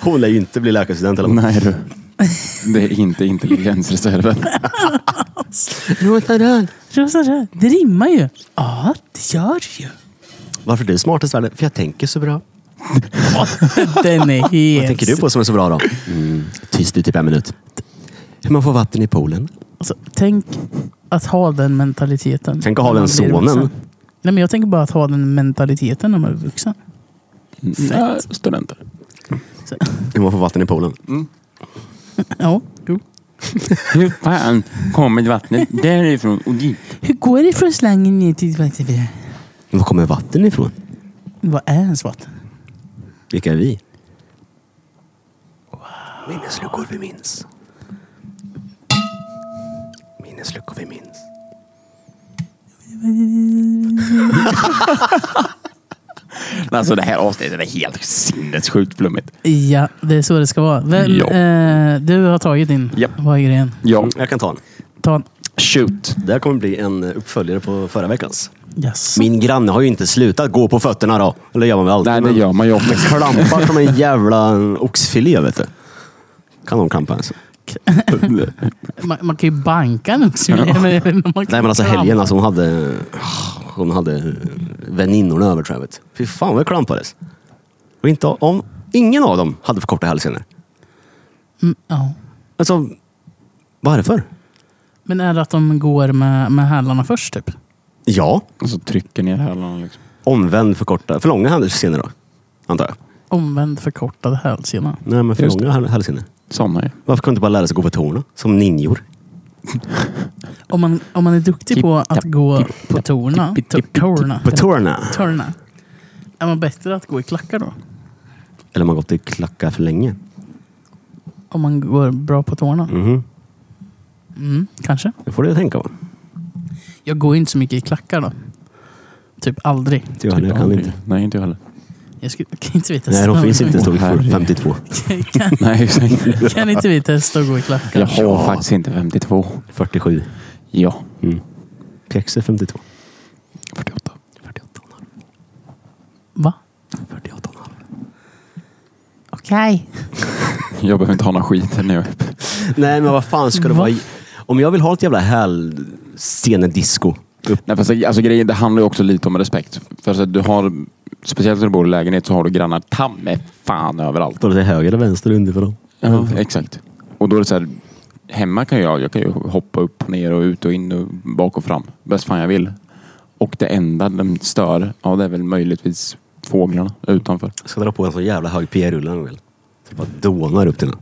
Speaker 2: Hon lär ju inte bli läkarstudent eller
Speaker 4: Nej du. Det är inte intelligensreserven.
Speaker 2: Rosa röd.
Speaker 5: Rosa röd. Det rimmar ju. Ja, det gör det ju.
Speaker 2: Varför är du smartast i världen? För jag tänker så bra.
Speaker 5: Den är helt...
Speaker 2: Vad tänker du på som är så bra då? Mm. Tyst i typ en minut. Hur man får vatten i poolen.
Speaker 5: Alltså, tänk att ha den mentaliteten.
Speaker 2: Tänk att ha
Speaker 5: när
Speaker 2: den
Speaker 5: man blir vuxen.
Speaker 2: sonen.
Speaker 5: Nej, men jag tänker bara att ha den mentaliteten när man är vuxen.
Speaker 4: Nej, studenter.
Speaker 2: Hur man får vatten i poolen.
Speaker 5: Ja, jo.
Speaker 4: Hur fan kommer vattnet därifrån och dit?
Speaker 5: Hur går det från slangen ner till vattnet?
Speaker 2: Var kommer vatten ifrån?
Speaker 5: Vad är ens vatten?
Speaker 2: Vilka är vi? Minnesluckor vi minns. Minnesluckor vi minns.
Speaker 4: Alltså det här avsnittet är helt sinnessjukt flummigt.
Speaker 5: Ja, det är så det ska vara. Vem,
Speaker 4: Ja.
Speaker 5: eh, du har tagit din.
Speaker 4: Ja.
Speaker 5: Vad är grejen?
Speaker 4: Ja,
Speaker 2: Mm, Jag kan ta en.
Speaker 5: Ta en.
Speaker 4: shoot.
Speaker 2: Det här kommer bli en uppföljare på förra veckans.
Speaker 5: Yes.
Speaker 2: Min granne har ju inte slutat gå på fötterna då. Eller gör man väl alltid.
Speaker 4: Nej, det
Speaker 2: men-
Speaker 4: gör man ju
Speaker 2: Men
Speaker 4: ofta.
Speaker 2: klampar som en jävla oxfilé vet du. Kan de klampa ens?
Speaker 5: Man, man kan ju banka nu också. Nej,
Speaker 2: Nej men alltså helgen alltså hon hade... Hon hade väninnorna över tror jag. Vet. Fy fan vad jag klampades. Och inte, om, ingen av dem hade för korta hälsenor.
Speaker 5: Mm, ja.
Speaker 2: Alltså, varför?
Speaker 5: Men är det att de går med, med hälarna först typ?
Speaker 2: Ja,
Speaker 4: Och så trycker ner hälarna liksom.
Speaker 2: omvänd för korta, för långa hälsenor då. Antar jag.
Speaker 5: Omvänd förkortad hälsena.
Speaker 2: Nej men för
Speaker 4: Just
Speaker 2: långa häl- hälsenor.
Speaker 4: Såna ju.
Speaker 2: Varför kunde inte bara lära sig gå på tårna? Som ninjor.
Speaker 5: Om man, om man är duktig på att gå på torna, torna,
Speaker 2: På tårna.
Speaker 5: torna, är man bättre att gå i klackar då?
Speaker 2: Eller man gått i klackar för länge.
Speaker 5: Om man går bra på tårna?
Speaker 2: Mhm.
Speaker 5: Mm, kanske.
Speaker 2: Det får du tänka på.
Speaker 5: Jag går ju inte så mycket i klackar då. Typ aldrig.
Speaker 2: Inte Jag, jag kan
Speaker 4: aldrig.
Speaker 2: inte.
Speaker 4: Nej, inte jag heller.
Speaker 5: Jag, skulle, kan inte vi testa?
Speaker 2: Nej, de finns inte i storlek
Speaker 4: Åh, herregud.
Speaker 2: 52.
Speaker 5: kan,
Speaker 4: Nej, just det.
Speaker 5: kan inte vi testa att gå i klackar?
Speaker 4: jag har
Speaker 2: Ja.
Speaker 4: faktiskt inte 52.
Speaker 2: 47.
Speaker 4: Ja.
Speaker 2: Mm. Pjäxor 52.
Speaker 4: 48.
Speaker 2: 48
Speaker 5: Va?
Speaker 2: 48
Speaker 5: Okej.
Speaker 4: Jag behöver inte ha någon skit nu.
Speaker 2: Nej, men vad fan ska det
Speaker 5: Va?
Speaker 2: vara? i- Om jag vill ha ett jävla häl scenedisco. Upp.
Speaker 4: Nej, fast, alltså, grejen, det handlar ju också lite om respekt. För alltså, du har, speciellt när du bor i lägenhet så har du grannar ta med fan överallt.
Speaker 2: Står det till höger eller vänster underifrån? dem?
Speaker 4: Ja, exakt. Och då är det så här, hemma kan jag, jag kan ju hoppa upp och ner och ut och in och bak och fram. Bäst fan jag vill. Och det enda de stör, ja det är väl möjligtvis fåglarna utanför.
Speaker 2: Jag ska dra på en så jävla hög PR-rulle om jag vill. Så det bara dånar upp till den.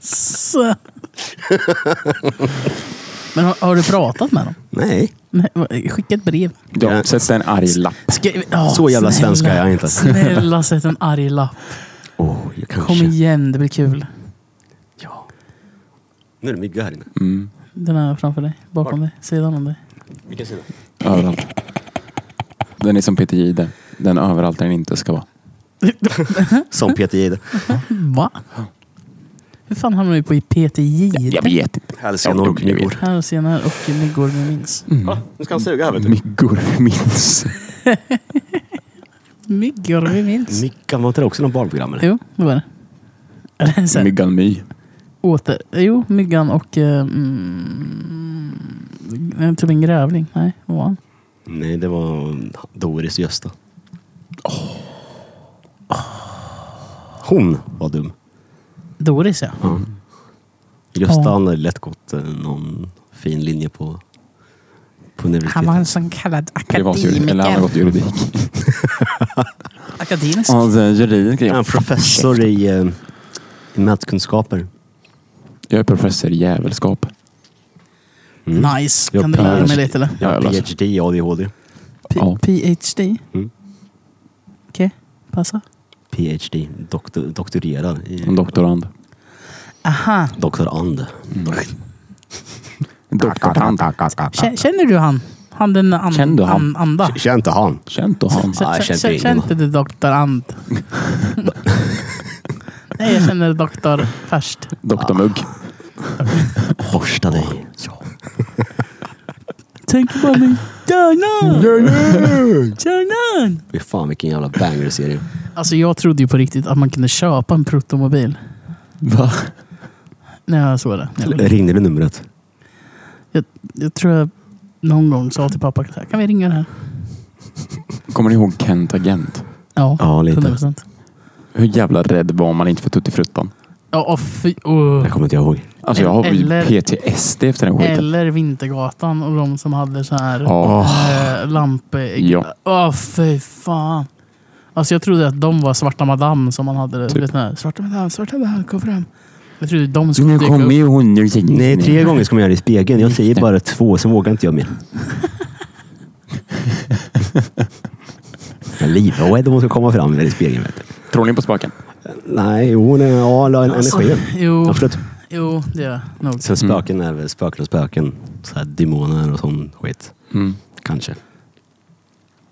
Speaker 5: Så. Men har, har du pratat med dem?
Speaker 2: Nej,
Speaker 5: Nej, vad- skicka ett brev.
Speaker 4: Ja, sätt en arg lapp.
Speaker 5: Skriv, Åh,
Speaker 2: så jävla
Speaker 5: snälla.
Speaker 2: svensk är jag inte.
Speaker 5: Snälla sätt en arg lapp.
Speaker 2: Åh, jag kanske...
Speaker 5: Kom igen, det blir kul.
Speaker 2: Ja. Nu är det mygga här inne.
Speaker 4: Mm,
Speaker 5: Den här framför dig, bakom dig, sidan om dig.
Speaker 2: Vilken sida?
Speaker 4: överallt. Den är som Peter Jihde. Den är överallt där den inte ska vara.
Speaker 2: Som Peter Jihde.
Speaker 5: Mm, Va? Hur fan hamnar vi på i PTJ?
Speaker 4: Jag vet inte.
Speaker 2: Hälsen
Speaker 4: Ja,
Speaker 2: och
Speaker 4: dog ni
Speaker 2: myggor.
Speaker 5: Här och senare och myggor vi minns.
Speaker 2: Va? Nu ska han suga här vet
Speaker 4: Mm.
Speaker 2: du.
Speaker 4: Myggor minns.
Speaker 5: Myggor vi minns.
Speaker 2: Myggan, var inte det också någon barnprogram? eller?
Speaker 5: Jo, det var det. Eller så här,
Speaker 4: Myggan My.
Speaker 5: åter. Jo, myggan och... eh, Mm, eh, typ en grävling. Nej, vad var han?
Speaker 2: Nej, det var Doris och Gösta. Hon var dum.
Speaker 5: Doris ja.
Speaker 2: Gösta
Speaker 5: Ja.
Speaker 2: han hade lätt gått eh, någon fin linje på, på
Speaker 6: Han var en
Speaker 2: universitetet.
Speaker 6: sån kallad
Speaker 4: Privatjuridik. Eller han har
Speaker 6: akademiker.
Speaker 4: gått juridik.
Speaker 5: Akademisk.
Speaker 4: Alltså juridik.
Speaker 2: Han är professor i, eh, i mätkunskaper.
Speaker 4: Jag är professor i jävelskap.
Speaker 5: Nice.
Speaker 2: Jag
Speaker 5: Kan du lära
Speaker 2: pers-
Speaker 5: mig lite eller?
Speaker 2: Jag har
Speaker 4: Jävlar.
Speaker 2: PhD i ADHD.
Speaker 5: PhD
Speaker 2: Ja.
Speaker 5: PhD? Okej,
Speaker 2: Mm.
Speaker 5: passa.
Speaker 2: PhD. Doktor, doktorerar. i-
Speaker 4: En doktorand.
Speaker 5: Aha,
Speaker 2: Doktorand.
Speaker 4: Mm. Doktorand.
Speaker 5: K- känner du han? Han den an-
Speaker 4: Känner du han?
Speaker 5: an- anda?
Speaker 2: Känner inte han.
Speaker 4: Känt och han.
Speaker 5: K-
Speaker 2: Nej, jag
Speaker 5: k-
Speaker 2: känner
Speaker 5: k-
Speaker 2: ingen.
Speaker 5: Känner inte du doktor And? Nej, jag känner doktor först.
Speaker 4: Doktor Mugg.
Speaker 2: Horsta dig.
Speaker 5: Tänk på mig. Dörnan! Dörnan!
Speaker 2: Fy fan vilken jävla banger-serie.
Speaker 5: Alltså jag trodde ju på riktigt att man kunde köpa en protomobil.
Speaker 4: Va?
Speaker 5: När jag såg det. Jag,
Speaker 2: Ringde du numret?
Speaker 5: jag tror jag någon gång sa till pappa, så här, kan vi ringa den här?
Speaker 4: Kommer ni ihåg Kent Agent?
Speaker 5: Ja,
Speaker 2: Ja, lite.
Speaker 5: 100%.
Speaker 4: Hur jävla rädd var man inte för tuttifruttan?
Speaker 5: Ja, och fy, åh.
Speaker 2: Jag kommer inte ihåg.
Speaker 4: Alltså jag har
Speaker 5: Eller-
Speaker 4: PTSD efter den skiten.
Speaker 5: Eller Vintergatan och de som hade så här
Speaker 4: Ja. Ah.
Speaker 5: eh, lampor.
Speaker 4: Ja.
Speaker 5: Åh, fy fan. Alltså jag trodde att de var Svarta Madame som man hade. Du
Speaker 4: Typ.
Speaker 5: vet, den här, svarta Madame, Svarta Madame, kom fram. Jag trodde de skulle
Speaker 4: Nu
Speaker 5: dyka upp.
Speaker 4: kommer ju hon nu.
Speaker 2: Nej, tre gånger ska man göra Mm. det i spegeln. Jag säger bara två, sen vågar inte jag mer. Jag är livrädd om hon ska komma fram där i spegeln. Vet du.
Speaker 4: Tror ni på spaken?
Speaker 2: Nej, jo, nej, ja, la-
Speaker 5: Alltså,
Speaker 2: energin.
Speaker 5: jo,
Speaker 2: Absolut.
Speaker 5: jo, det gör jag nog.
Speaker 2: Sen spöken är väl spöken och spöken. Så här demoner och sån skit.
Speaker 4: Mm.
Speaker 2: Kanske.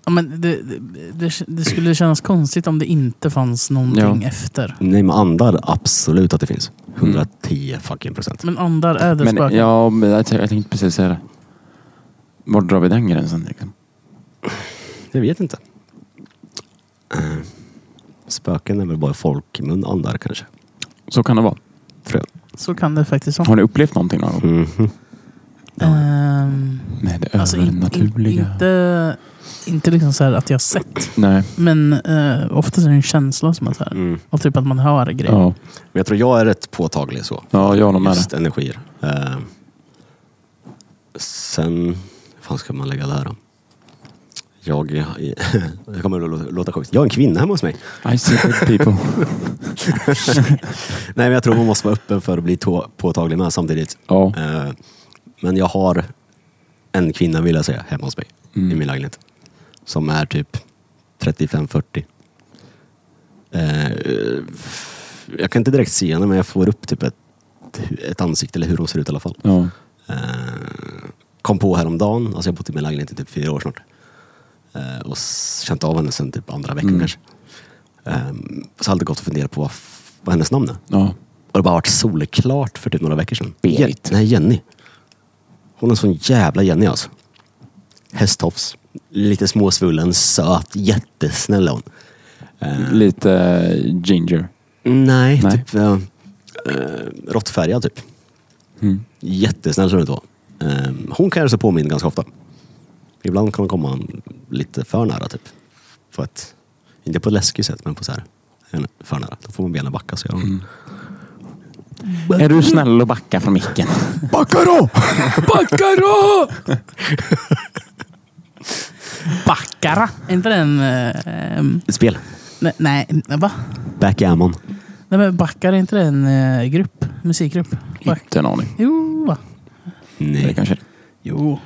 Speaker 5: Ja, men det, det- det, det skulle kännas konstigt om det inte fanns någonting efter.
Speaker 2: Nej, men andar absolut att det finns. 110 fucking procent.
Speaker 5: Men andar är det
Speaker 4: Men,
Speaker 5: spöken.
Speaker 4: ja, men jag, t- jag tänkte precis säga det. Var drar vi den gränsen? Liksom?
Speaker 2: Jag vet inte. Eh, Spöken är väl bara folkmun andar kanske.
Speaker 4: Så kan det vara.
Speaker 2: Tror jag.
Speaker 5: Så kan det faktiskt vara.
Speaker 4: Har ni upplevt någonting någon gång?
Speaker 2: Mhm.
Speaker 5: Ehm,
Speaker 4: Nej, det
Speaker 5: alltså in, in,
Speaker 4: övernaturliga.
Speaker 5: inte, inte liksom så här att jag har sett.
Speaker 4: Nej.
Speaker 5: Men eh, oftast är det en känsla som är så här.
Speaker 2: Mm.
Speaker 5: Och typ att man hör grejer.
Speaker 4: Ja,
Speaker 2: Men jag tror jag är rätt påtaglig så.
Speaker 4: ja jag håller med
Speaker 2: Just
Speaker 4: dig.
Speaker 2: energier. Eh, sen... Hur fan ska man lägga det här då? Jag... Det kommer att låta- låta sjukt. Jag är en kvinna hemma hos mig.
Speaker 4: I see dead people.
Speaker 2: Nej, men jag tror man måste vara öppen för att bli tå- påtaglig med samtidigt.
Speaker 4: Ja.
Speaker 2: Eh, men jag har en kvinna, vill jag säga, hemma hos mig.
Speaker 4: Mm.
Speaker 2: I min lägenhet. Som är typ 35-40. Eh, f- jag kan inte direkt se henne, men jag får upp typ ett, ett ansikte, eller hur hon ser ut i alla fall.
Speaker 4: ja.
Speaker 2: Eh, kom på häromdagen, alltså jag har bott i min lägenhet i typ fyra år snart. Eh, och s- känt av henne sen typ andra veckan
Speaker 4: Mm.
Speaker 2: kanske. Eh, så har jag alltid gått och funderat på vad, f- vad hennes namn är.
Speaker 4: ja.
Speaker 2: Och det bara varit solklart för typ några veckor sedan.
Speaker 4: Berit.
Speaker 2: Jen- Nej, Jenny. Hon är en sån jävla Jenny alltså. Hästtofs. Lite småsvullen, söt, jättesnäll är hon.
Speaker 4: Lite eh, ginger.
Speaker 2: Nej,
Speaker 4: Nej.
Speaker 2: typ eh, eh, råttfärgad typ.
Speaker 4: Mm.
Speaker 2: Jättesnäll ser hon ut att vara. Eh, Hon kan göra sig påmind ganska ofta. Ibland kan hon komma lite för nära typ. För att, inte på ett läskigt sätt, men på så här, en- för nära. Då får man benen backa så gör hon.
Speaker 4: Är du snäll och backa från micken?
Speaker 2: Backa då!
Speaker 5: Baccara! Baccara? Är inte den... eh, ehm,
Speaker 2: Ett spel.
Speaker 5: ne- nej, va?
Speaker 2: Backgammon.
Speaker 5: Nej, men Baccara är inte det en eh, grupp? Musikgrupp? Back.
Speaker 4: Inte en aning.
Speaker 5: Jo, va?
Speaker 4: Det
Speaker 2: Nej.
Speaker 4: kanske är det.
Speaker 5: Jo.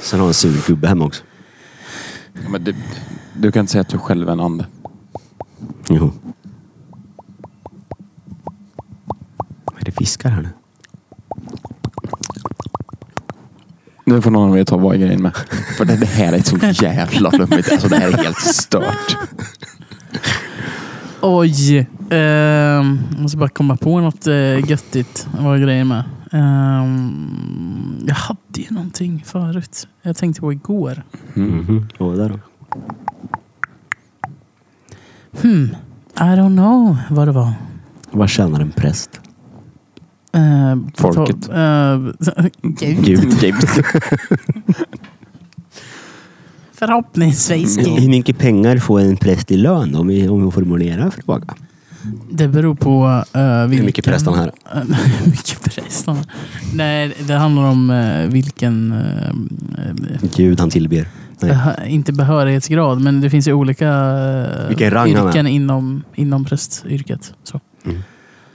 Speaker 2: Sen har jag en sur gubbe hemma också.
Speaker 4: Ja, men du, du kan inte säga att du själv är en ande.
Speaker 2: Jo. Vad är det fiskar här nu?
Speaker 4: Nu får någon av er ta vad grejen med. För det, det här är så jävla flummigt. Alltså det här är helt stört.
Speaker 5: Oj! Ehm, jag måste bara komma på något uh, göttigt. Vad grejen med. Ehm, jag hade ju någonting förut. Jag tänkte på igår.
Speaker 2: Mhm. Vad var det där då?
Speaker 5: Hmm. I don't know vad det var.
Speaker 2: Vad tjänar en präst?
Speaker 5: Eh, på
Speaker 4: Folket.
Speaker 5: tal- eh,
Speaker 2: Gud.
Speaker 5: förhoppningsvis.
Speaker 2: Hur mycket pengar får en präst i lön om vi, om vi formulerar en fråga?
Speaker 5: Det beror på uh, vilken...
Speaker 2: Hur mycket prästen här?
Speaker 5: Eh, Hur mycket prästen här? Nej, det handlar om eh, vilken... eh, eh,
Speaker 2: Gud han tillber. Nej.
Speaker 5: behö- inte behörighetsgrad, men det finns ju olika eh,
Speaker 2: Vilken rang han är.
Speaker 5: yrken inom, inom prästyrket. Så.
Speaker 2: Mm.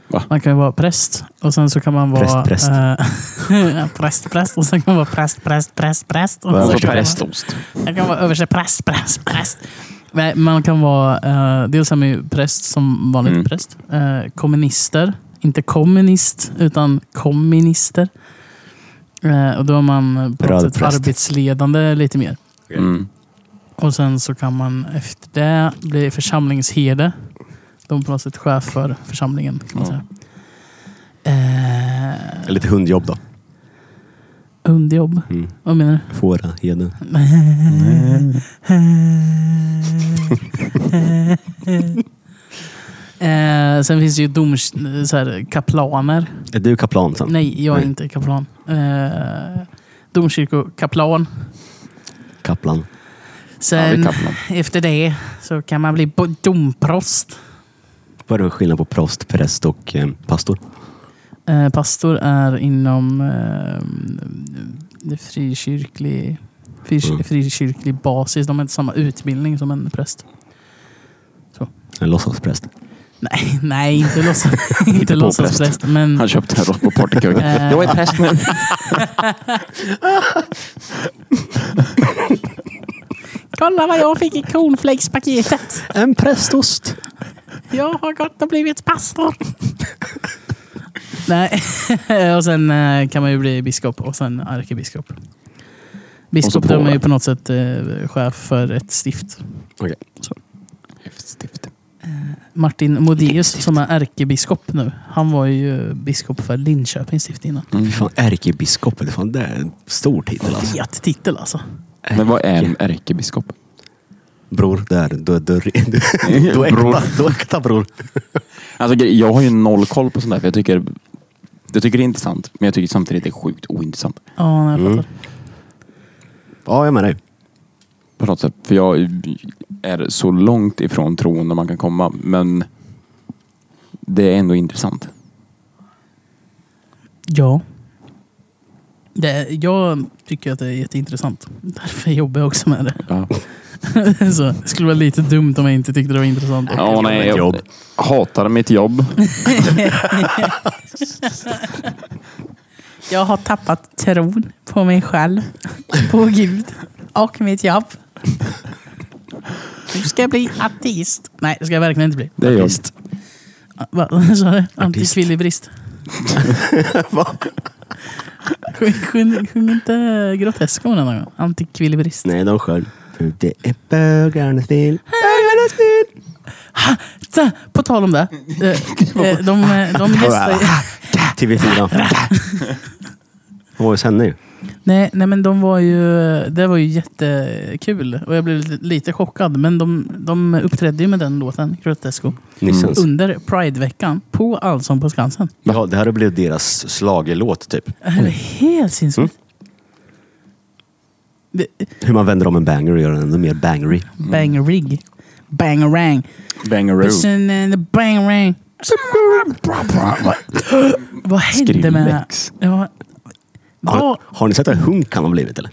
Speaker 4: Va?
Speaker 5: Man kan ju vara präst och sen så kan man vara...
Speaker 2: Präst, präst.
Speaker 5: eh, präst, präst. Och sen kan man vara präst, präst, präst, präst. Och så kan man-
Speaker 4: Prästost.
Speaker 5: Jag kan vara överste präst, präst, präst. Nej, man kan vara, eh, dels är man ju präst som vanligt
Speaker 4: Mm.
Speaker 5: präst. Eh, kommunister, inte kommunist, utan kommunister. Eh, och då är man på något
Speaker 2: Röd
Speaker 5: sätt
Speaker 2: präst.
Speaker 5: arbetsledande lite mer.
Speaker 4: Mm.
Speaker 5: Och sen så kan man efter det bli församlingsherde. De är på något sätt chef för församlingen kan
Speaker 4: Ja.
Speaker 5: man säga. Eh,
Speaker 2: Lite hundjobb då.
Speaker 5: underjobb,
Speaker 2: Mm.
Speaker 5: vad menar du?
Speaker 2: Fåra, hede.
Speaker 5: Eh, sen finns det ju doms, så här, kaplaner.
Speaker 2: Är du kaplan sen?
Speaker 5: Nej, jag är
Speaker 2: Nej.
Speaker 5: inte kaplan. Eh, domkyrkokaplan.
Speaker 2: Kaplan.
Speaker 4: Ja,
Speaker 5: Sen
Speaker 4: vi kaplan.
Speaker 5: efter det så kan man bli bo- domprost.
Speaker 2: Vad är det för skillnad på prost, präst och eh, pastor?
Speaker 5: Eh, pastor är inom eh, det frikyrklig, frikyr,
Speaker 2: Mm.
Speaker 5: frikyrklig basis. De har inte samma utbildning som en präst.
Speaker 2: En låtsaspräst.
Speaker 5: Nej, nej inte, låtsas, inte
Speaker 4: på
Speaker 5: låtsaspräst. Men
Speaker 4: Han köpte den på partykuken.
Speaker 5: Eh.
Speaker 4: Jag är präst nu.
Speaker 5: kolla vad jag fick i cornflakespaketet.
Speaker 2: En prästost!
Speaker 5: Jag har gått och blivit pastor. Nej, och sen eh, kan man ju bli biskop och sen ärkebiskop.
Speaker 4: Och
Speaker 5: Biskop
Speaker 4: så påve.
Speaker 5: de är ju på något sätt eh, chef för ett stift.
Speaker 2: Okej.
Speaker 4: Stift.
Speaker 5: Martin Modius som är ärkebiskop nu, han var ju biskop för Linköpings stift innan.
Speaker 4: Mm.
Speaker 2: Fy fan, ärkebiskopen. Fan, det är en stor titel alltså.
Speaker 5: Fet titel alltså.
Speaker 4: Men vad är en ärkebiskop?
Speaker 2: Bror, där. Du, du, du, du, du är
Speaker 4: Bror.
Speaker 2: äkta. Du är äkta bror.
Speaker 4: Alltså, gre- jag har ju noll koll på sånt där. För jag, tycker, jag tycker det är intressant, men jag tycker samtidigt det är sjukt ointressant.
Speaker 5: Ja, jag
Speaker 4: Mm.
Speaker 5: fattar.
Speaker 2: Ja, jag menar dig.
Speaker 4: På något sätt. För jag är så långt ifrån tron när man kan komma. Men det är ändå intressant.
Speaker 5: Ja. Det, jag tycker att det är jätteintressant. Därför jobbar jag också med det.
Speaker 4: Ja,
Speaker 5: Så, det skulle vara lite dumt om jag inte tyckte det var intressant.
Speaker 4: ja nej, jag
Speaker 2: jobb.
Speaker 4: hatar mitt jobb.
Speaker 5: Jag har tappat tron på mig själv, på Gud och mitt jobb. Du ska bli ateist. Nej, det ska jag verkligen inte bli.
Speaker 4: Det är jag.
Speaker 2: Visst.
Speaker 5: Vad sa du? Antikvilibrist.
Speaker 2: Va?
Speaker 5: Sjung, sjung, sjung inte grotesk om den någon gång. Antikvilibrist.
Speaker 2: Nej, de sjöng. För det är bögarnas fel. Bögarnas fel.
Speaker 5: Ta- På tal om det. eh, eh, De, de, de gästar ju-
Speaker 2: TV4. Vad var hos henne ju.
Speaker 5: Nej, nej, men de var ju... Det var ju jättekul. Och jag blev lite- lite chockad. Men de, de uppträdde ju med den låten, Grotesco,
Speaker 2: Nissens.
Speaker 5: under Prideveckan på Allsång på Skansen.
Speaker 2: Ja, det här har blivit deras slagelåt typ.
Speaker 5: Det här är helt sinnessjukt. Det-
Speaker 2: Hur man vänder om en banger och gör den ännu mer bangery.
Speaker 5: Bang rig. Bang rang.
Speaker 4: Bangaroo.
Speaker 5: Person in the bang rang. Vad hände med...
Speaker 4: Skrillex.
Speaker 5: Ja,
Speaker 2: Har,
Speaker 5: vad
Speaker 2: har ni sett hur hunk han har blivit eller?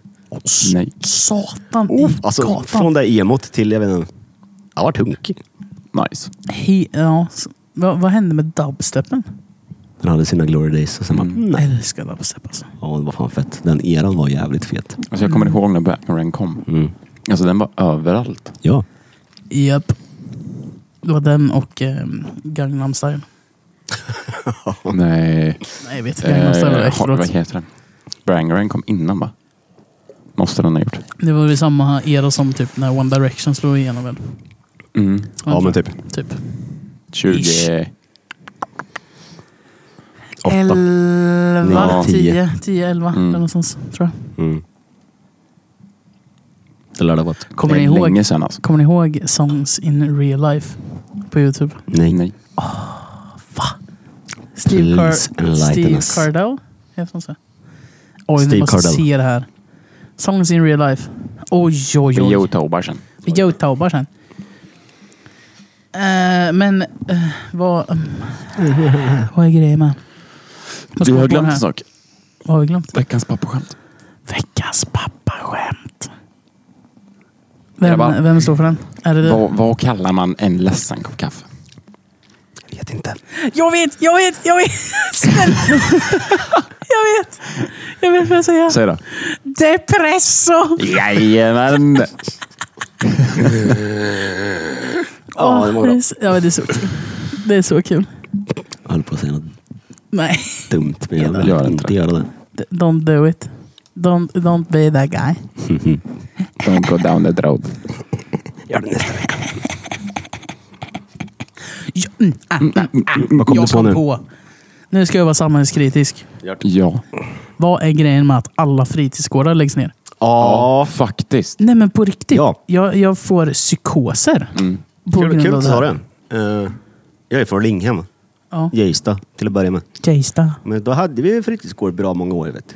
Speaker 4: Nej.
Speaker 5: satan i
Speaker 2: Alltså från
Speaker 5: gatan.
Speaker 2: det emot till, jag vet inte. Han har varit hunkig.
Speaker 4: Nice.
Speaker 5: He, ja, s- vad, vad hände med dubstepen?
Speaker 2: Den hade sina glory days och sen bara, mm. nej.
Speaker 5: Älskar dubstep alltså.
Speaker 2: Ja, det var fan fett. Den eran var jävligt fet.
Speaker 4: Alltså, jag kommer ihåg när Bangarang kom.
Speaker 2: Mm.
Speaker 4: Alltså den var överallt.
Speaker 2: Ja.
Speaker 5: Japp. Det var den och eh, Gangnam style.
Speaker 4: Nej.
Speaker 5: Nej, jag vet inte. Gangnam style var
Speaker 4: Eh, har- Eh, vad
Speaker 5: efteråt.
Speaker 4: heter den? Bangarang kom innan va? Måste den ha gjort.
Speaker 5: Det var väl samma era som typ när One Direction slog igenom väl?
Speaker 4: Mm.
Speaker 2: Ja, men typ.
Speaker 5: Typ.
Speaker 4: 20...
Speaker 2: Åtta.
Speaker 5: 11,
Speaker 2: Ja.
Speaker 5: 10, 10, 11
Speaker 4: Mm.
Speaker 5: eller någonstans tror jag.
Speaker 2: Mm. Det lär det ha varit.
Speaker 5: Kommer
Speaker 4: det
Speaker 5: ni
Speaker 4: är
Speaker 5: ihåg?
Speaker 4: länge sedan alltså.
Speaker 5: Kommer ni ihåg Songs in Real Life på Youtube?
Speaker 2: Nej.
Speaker 4: Nej.
Speaker 5: Steve, Car
Speaker 2: Please enlighten
Speaker 5: Steve
Speaker 2: us.
Speaker 5: Cardell? Heter han så? Oj, ni
Speaker 2: Steve
Speaker 5: måste
Speaker 2: Cardell.
Speaker 5: se det här. Songs in Real Life. Oj, oj, oj.
Speaker 4: Joe Tobarsen.
Speaker 5: Vi youtubar sen. Eh, men eh, vad, eh, vad är grejen med? Vad ska
Speaker 4: Du
Speaker 5: vi
Speaker 4: har
Speaker 5: på den
Speaker 4: glömt
Speaker 5: här?
Speaker 4: en sak.
Speaker 5: Vad har vi glömt?
Speaker 4: Veckans pappaskämt.
Speaker 5: Veckans pappaskämt.
Speaker 4: Grabbar.
Speaker 5: Vem, vem står för den? Är det du?
Speaker 4: Vad, vad kallar man en ledsen kopp kaffe?
Speaker 2: vet inte.
Speaker 5: Jag vet, jag vet, jag vet! Snälla. jag vet! Jag vet vad jag säger.
Speaker 4: Säg då.
Speaker 5: Depresso!
Speaker 4: Jajamän!
Speaker 2: Ja, det var bra.
Speaker 5: är så- ja, det är så kul. Det är så kul.
Speaker 2: Jag höll på att säga något
Speaker 5: Nej,
Speaker 2: dumt, men jag vill
Speaker 4: Gör inte
Speaker 2: inte
Speaker 4: det.
Speaker 2: göra det.
Speaker 5: d- don't do it. Don't, don't be that guy.
Speaker 4: Don't go down that road.
Speaker 2: Gör det nästa vecka.
Speaker 5: Ja, mm, ah, ah, ah.
Speaker 2: Vad kom
Speaker 5: jag
Speaker 2: du på nu?
Speaker 5: på. Nu ska jag vara samhällskritisk.
Speaker 4: Ja.
Speaker 5: Vad är grejen med att alla fritidsgårdar läggs ner?
Speaker 4: Ja, faktiskt.
Speaker 5: Nej men på riktigt.
Speaker 2: Ja. Mm.
Speaker 5: Jag, jag får psykoser. På
Speaker 2: Kul,
Speaker 5: grund
Speaker 2: kul
Speaker 5: av
Speaker 2: att du
Speaker 5: det
Speaker 2: sa
Speaker 5: här.
Speaker 2: det. Eh, jag är från Linghem,
Speaker 5: Ja.
Speaker 2: Geista till att börja med.
Speaker 5: Geista.
Speaker 2: Men då hade vi fritidsgård bra många år. Vet. du.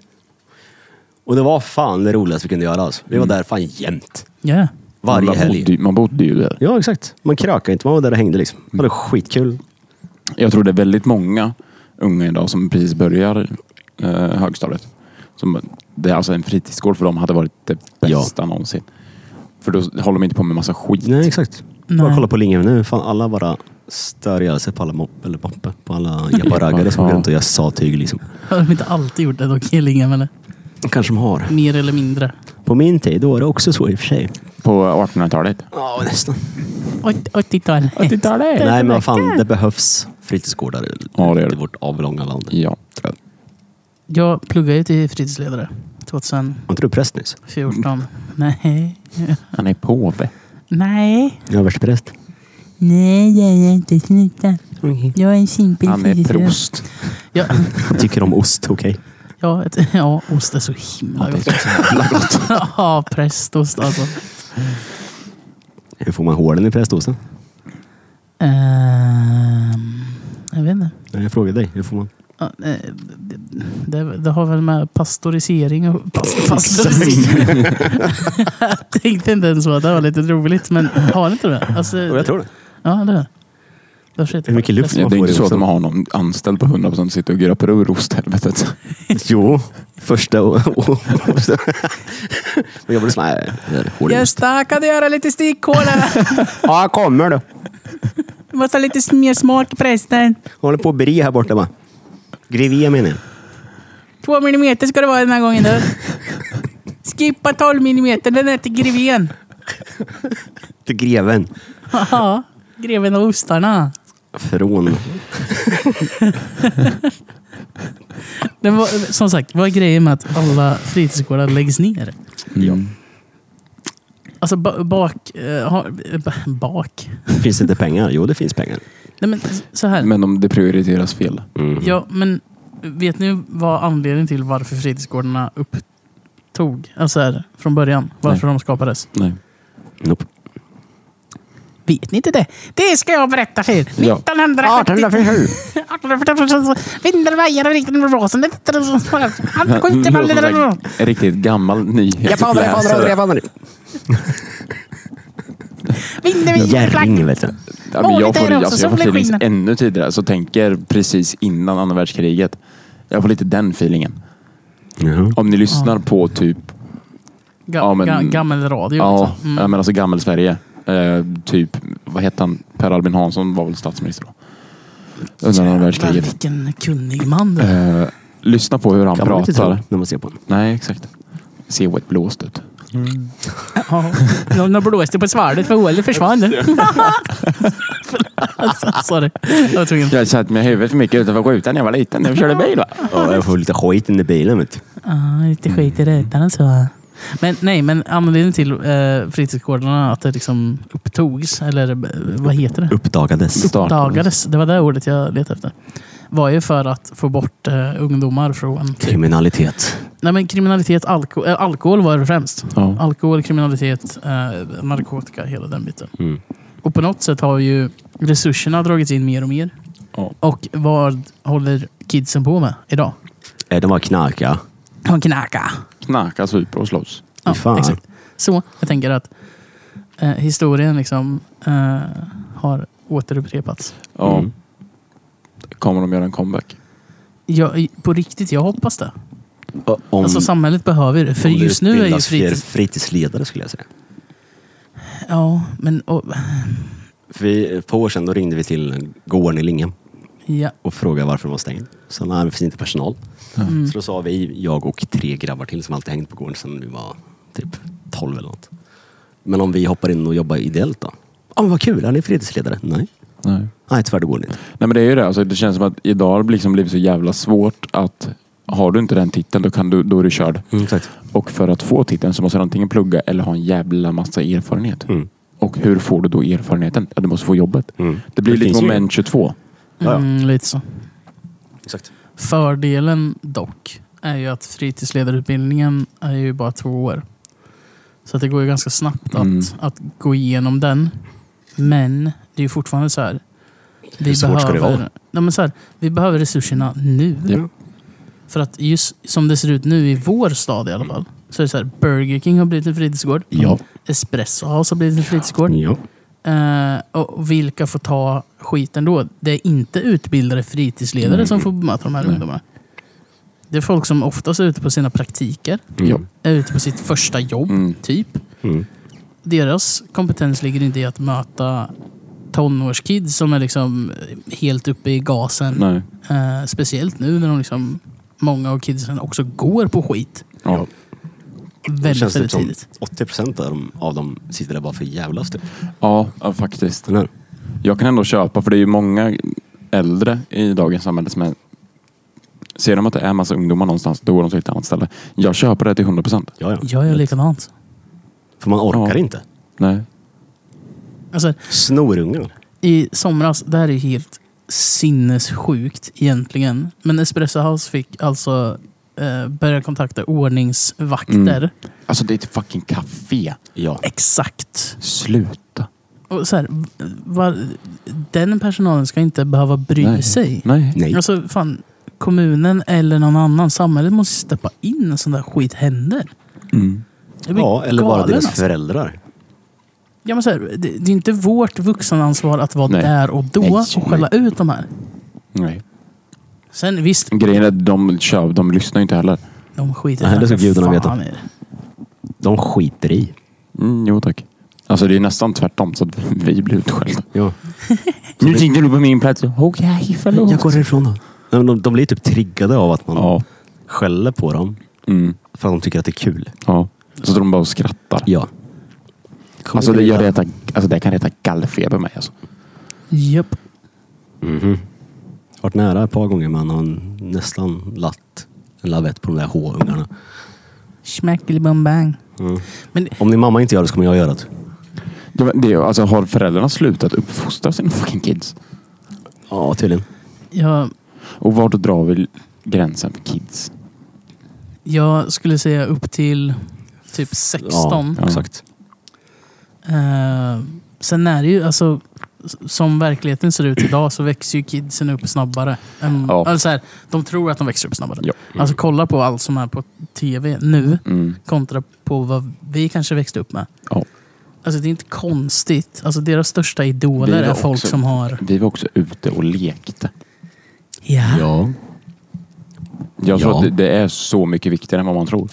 Speaker 2: Och det var fan det roligaste vi kunde göra. Alltså. Vi var där fan jämt.
Speaker 5: Ja.
Speaker 2: Varje
Speaker 4: man
Speaker 2: helg.
Speaker 4: Mm. Bodde, ju- man bodde ju där.
Speaker 2: Ja, exakt. Man krökade inte, man var där och hängde liksom. Det var skitkul.
Speaker 4: Jag tror det är väldigt många unga idag som precis börjar eh, högstadiet. Som, det är alltså en fritidsgård för dem hade varit det bästa någonsin. För då håller de inte på med massa skit.
Speaker 2: Nej, exakt.
Speaker 5: Nej.
Speaker 2: Bara kolla på Linghem nu. Fan, alla bara stör ihjäl sig på alla mopp, eller moppe, på alla japaraggare som går runt och gör satyg liksom.
Speaker 5: Har de inte alltid gjort det då, Killingham? Eller?
Speaker 2: Kanske de har.
Speaker 5: Mer eller mindre.
Speaker 2: På min tid då var det också så i och för sig.
Speaker 4: På 1800-talet.
Speaker 2: Ja, nästan.
Speaker 5: 80-talet.
Speaker 2: Nej, men vad fan, det behövs fritidsgårdar i-
Speaker 4: Ja, det gör det.
Speaker 2: i vårt avlånga land.
Speaker 4: Ja.
Speaker 5: Jag pluggade ju till fritidsledare 2014.
Speaker 2: Var inte du präst nyss?
Speaker 5: Nej.
Speaker 4: Han är påve.
Speaker 5: Nej.
Speaker 2: Jag är världspräst.
Speaker 1: Nej, jag är inte snuten. Jag är en simpel
Speaker 4: Han är
Speaker 1: fritidsledare.
Speaker 4: prost.
Speaker 5: Ja,
Speaker 2: Jag tycker om ost, okej?
Speaker 5: ja, ett, ja, ost är så himla gott. Ja, prästost alltså.
Speaker 2: Hur får man hålen i prästosten?
Speaker 5: Ehm, jag vet inte.
Speaker 2: Nej, Jag frågar dig, hur får man?
Speaker 5: Ja, eh, det, det, det har väl med pastorisering och pas- pastorisering. jag tänkte inte ens på att det var lite roligt, men har inte det? Alltså,
Speaker 2: tror det.
Speaker 5: Ja, det är det.
Speaker 2: Hur mycket luft
Speaker 4: Ja,
Speaker 2: man
Speaker 4: det liksom- är
Speaker 2: får
Speaker 4: inte
Speaker 2: i
Speaker 4: så att
Speaker 2: osten.
Speaker 4: de har någon anställd på 100% som sitter och gröper ur osthelvetet.
Speaker 2: Jo, första och... och- Men jag blir så här, det är hål i ost.
Speaker 5: Gösta, kan du göra lite stickhål? eller?
Speaker 2: Ja, kommer du.
Speaker 5: Du måste ha lite mer smak i prästen.
Speaker 2: Håller på att bri här borta bara. Grevia menar jag.
Speaker 5: Två millimeter ska det vara den här gången. Du. Skippa 12 millimeter, den är till greven.
Speaker 2: Till greven.
Speaker 5: Ja, greven och ostarna.
Speaker 2: Från...
Speaker 5: Den var, som sagt, vad är grejen med att alla fritidsgårdar läggs ner?
Speaker 4: Mm.
Speaker 5: Alltså ba- bak... eh, har- eh, ba- bak?
Speaker 2: Finns det inte pengar? Jo, det finns pengar.
Speaker 5: Nej men så här.
Speaker 4: Men om det prioriteras fel.
Speaker 5: Ja, men vet ni vad anledningen till varför fritidsgårdarna upptog? Alltså här, från början. Varför de skapades?
Speaker 4: Nej.
Speaker 2: Nope.
Speaker 5: Vet ni inte det? Det ska jag berätta för er.
Speaker 4: Ja.
Speaker 5: 1970... 1847. Vindelvajar och riktigt med rosen. Han skjuter man
Speaker 4: Någon sån
Speaker 5: lite...
Speaker 4: här riktigt gammal nyhetsläsare.
Speaker 2: Japaner!
Speaker 5: Vindelvajar.
Speaker 2: Järring, vet du.
Speaker 4: Ja, men Jag
Speaker 5: Åh, det
Speaker 4: får,
Speaker 5: är
Speaker 4: alltså,
Speaker 5: också
Speaker 4: jag får
Speaker 5: solen
Speaker 4: feelings
Speaker 5: skiner.
Speaker 4: ännu tidigare. Så tänker precis innan andra världskriget. Jag får lite den feelingen.
Speaker 2: Jaha.
Speaker 4: Om ni lyssnar på typ Ja, men-
Speaker 5: Ga- Gammal radio.
Speaker 4: Ja,
Speaker 5: liksom. Mm.
Speaker 4: ja, men alltså gammel-Sverige. Eh, typ, vad hette han? Per Albin Hansson var väl statsminister då? Under andra världskriget.
Speaker 5: Vilken kunnig man du är.
Speaker 4: Eh, lyssna på hur han
Speaker 2: Kan man inte tro
Speaker 4: pratar.
Speaker 2: när man ser på den.
Speaker 4: Nej, exakt. Se vad ett blåst ut.
Speaker 5: Ja. Någon har blåst det på svärdet för hålet försvann. alltså, sorry. Jag var tvungen.
Speaker 4: Jag satt med huvudet för mycket utanför skjutan när jag var liten. Jag körde bil va?
Speaker 2: Ja, jag får lite skit in i bilen, vet du.
Speaker 5: Ja, lite skit i rutan och så. Men nej, men anledningen till eh, fritidsgårdarna att det liksom upptogs, eller eh, vad heter det?
Speaker 2: Uppdagades.
Speaker 4: Startades.
Speaker 5: Dagades, det var det ordet jag letade efter. Var ju för att få bort eh, ungdomar från... Typ.
Speaker 2: Kriminalitet.
Speaker 5: Nej men kriminalitet, alko eh, alkohol var det främst.
Speaker 4: Ja.
Speaker 5: Alkohol, kriminalitet, eh, narkotika, hela den biten.
Speaker 2: Mm.
Speaker 5: Och på något sätt har ju resurserna dragits in mer och mer.
Speaker 4: Ja.
Speaker 5: Och vad håller kidsen på med idag?
Speaker 2: Eh, De var knarka.
Speaker 5: De knarkar.
Speaker 4: Knarka, super och slåss.
Speaker 5: Ja,
Speaker 2: fan.
Speaker 5: exakt. Så jag tänker att eh, historien liksom eh, har återupprepats.
Speaker 4: Ja.
Speaker 2: Mm.
Speaker 4: Kommer de göra en comeback?
Speaker 5: Jag, på riktigt, jag hoppas det.
Speaker 2: Och Om,
Speaker 5: alltså samhället behöver det. För
Speaker 2: om det
Speaker 5: just nu är ju
Speaker 2: utbildas fler
Speaker 5: fritids...
Speaker 2: fritidsledare skulle jag säga.
Speaker 5: Ja, men och,
Speaker 2: För vi, ett par år sedan då ringde vi till gården i Lingen
Speaker 5: Ja.
Speaker 2: och frågade varför den var stängd. Så nej, det finns inte personal. Så
Speaker 5: Mm.
Speaker 2: då sa vi, jag och tre grabbar till som alltid hängt på gården sedan vi var typ 12 eller något. Men om vi hoppar in och jobbar ideellt då? Ja men vad kul, är ni fritidsledare? Nej.
Speaker 4: Nej.
Speaker 2: Nej tyvärr det går inte.
Speaker 4: Nej men det är ju det. Alltså, det känns som att idag har det liksom blivit så jävla svårt att har du inte den titeln då, kan du, då är du körd.
Speaker 2: exakt.
Speaker 4: Och för att få titeln så måste du antingen plugga eller ha en jävla massa erfarenhet.
Speaker 2: Mm.
Speaker 4: Och hur får du då erfarenheten? Ja, du måste få jobbet.
Speaker 2: Mm.
Speaker 4: Det blir
Speaker 2: Det
Speaker 4: lite
Speaker 2: finns ju-
Speaker 4: moment 22.
Speaker 2: Ja, ja.
Speaker 5: Mm, lite så.
Speaker 2: Exakt.
Speaker 5: Fördelen dock är ju att fritidsledarutbildningen är ju bara två år. Så att det går ju ganska snabbt att,
Speaker 4: Mm.
Speaker 5: att gå igenom den. Men det är ju fortfarande så här. Vi
Speaker 2: Hur svårt ska det
Speaker 5: behöver-
Speaker 2: vara?
Speaker 5: Nej, men så här, vi behöver resurserna nu.
Speaker 2: Ja.
Speaker 5: För att just som det ser ut nu i vår stad i alla fall. Så är det så här, Burger King har blivit en fritidsgård.
Speaker 2: Ja.
Speaker 5: Espresso House har blivit en fritidsgård.
Speaker 2: ja.
Speaker 5: Eh, och vilka får ta skiten då? Det är inte utbildade fritidsledare
Speaker 4: Mm.
Speaker 5: som får bemöta de här
Speaker 4: Nej.
Speaker 5: ungdomarna. Det är folk som oftast är ute på sina praktiker,
Speaker 2: Mm.
Speaker 4: Ja.
Speaker 5: är ute på sitt första jobb,
Speaker 4: Mm.
Speaker 5: typ.
Speaker 2: Mm.
Speaker 5: Deras kompetens ligger inte i att möta tonårskids som är liksom helt uppe i gasen.
Speaker 4: Nej.
Speaker 5: Eh, speciellt nu när de liksom, många av kidsen också går på skit.
Speaker 4: Ja.
Speaker 2: Det
Speaker 5: Väldigt,
Speaker 2: känns typ
Speaker 5: väldigt
Speaker 2: som
Speaker 5: tidigt.
Speaker 2: 80% av dem, av dem sitter där bara för jävlas typ.
Speaker 4: Ja, ja, faktiskt.
Speaker 2: Eller hur?
Speaker 4: Jag kan ändå köpa, för det är ju många äldre i dagens samhälle som är... Ser de att det är massa ungdomar någonstans, då går de till ett annat ställe. Jag köper det till 100 procent.
Speaker 2: Ja, ja.
Speaker 5: Jag gör likadant.
Speaker 2: För man orkar
Speaker 4: Ja.
Speaker 2: inte.
Speaker 4: Nej.
Speaker 5: Alltså,
Speaker 2: Snorungar.
Speaker 5: i somras, det här är helt sinnessjukt egentligen. Men Espresso House fick alltså eh, börja kontakta ordningsvakter.
Speaker 4: Mm. Alltså det är ett fucking café.
Speaker 2: Ja.
Speaker 5: Exakt.
Speaker 4: Sluta.
Speaker 5: Och så här, v- var, den personalen ska inte behöva bry
Speaker 4: Nej.
Speaker 5: sig.
Speaker 4: Nej.
Speaker 2: Nej.
Speaker 5: Alltså fan, kommunen eller någon annan, samhället måste steppa in när sån där skit händer.
Speaker 4: Mm.
Speaker 5: Jag blir
Speaker 2: Ja, eller bara
Speaker 5: galen,
Speaker 2: deras
Speaker 5: alltså.
Speaker 2: föräldrar.
Speaker 5: ja, men så här, det, det är inte vårt vuxenansvar att vara
Speaker 4: Nej.
Speaker 5: där och då
Speaker 4: Nej,
Speaker 5: och skälla ut de här.
Speaker 4: Nej.
Speaker 5: Sen visst,
Speaker 4: Grejen är att de, kör, de lyssnar ju inte heller.
Speaker 5: de skiter
Speaker 2: Nej, det ska
Speaker 5: för
Speaker 2: gudarna veta.
Speaker 5: fan i det.
Speaker 2: De skiter i.
Speaker 4: Mm, jo tack. Alltså det är nästan tvärtom så att vi blir utskällda.
Speaker 2: Ja.
Speaker 4: Nu sitter du på min plats. Okej, förlåt.
Speaker 2: Jag går härifrån då. Nej, men de, de blir typ triggade av att man
Speaker 4: Ja.
Speaker 2: skäller på dem.
Speaker 4: Mm,
Speaker 2: För att de tycker att det är kul.
Speaker 4: ja. Så de bara och skrattar.
Speaker 2: Ja.
Speaker 4: Alltså det, jag reta, alltså det kan reta gallfeber mig. Alltså.
Speaker 5: Japp.
Speaker 2: Mhm. Varit nära ett par gånger men har nästan lagt en lavett på de där H-ungarna.
Speaker 5: Schmackelbombang.
Speaker 2: Mm.
Speaker 5: Men-
Speaker 2: Om din mamma inte gör det så kommer jag göra det.
Speaker 4: Ja, men det, är- alltså, har föräldrarna slutat uppfostra sina fucking kids?
Speaker 2: Ja, tydligen.
Speaker 5: Jag,
Speaker 4: Och vart drar vi gränsen för kids?
Speaker 5: jag skulle säga upp till typ 16.
Speaker 2: Ja, exakt.
Speaker 5: Eh, sen är det ju, alltså, s- som verkligheten ser ut idag så växer ju kidsen upp snabbare. Än,
Speaker 4: Ja.
Speaker 5: alltså så här, de tror att de växer upp snabbare.
Speaker 4: Ja.
Speaker 5: Alltså kolla på allt som är på tv nu
Speaker 4: Mm.
Speaker 5: kontra på vad vi kanske växte upp med.
Speaker 4: Ja.
Speaker 5: Alltså det är inte konstigt. Alltså deras största
Speaker 4: Vi var
Speaker 5: idoler är folk
Speaker 4: också-
Speaker 5: som har...
Speaker 4: Vi var också ute och lekte.
Speaker 5: Ja,
Speaker 2: Ja.
Speaker 4: Jag tror
Speaker 2: Ja.
Speaker 4: att det, det är så mycket viktigare än vad man tror.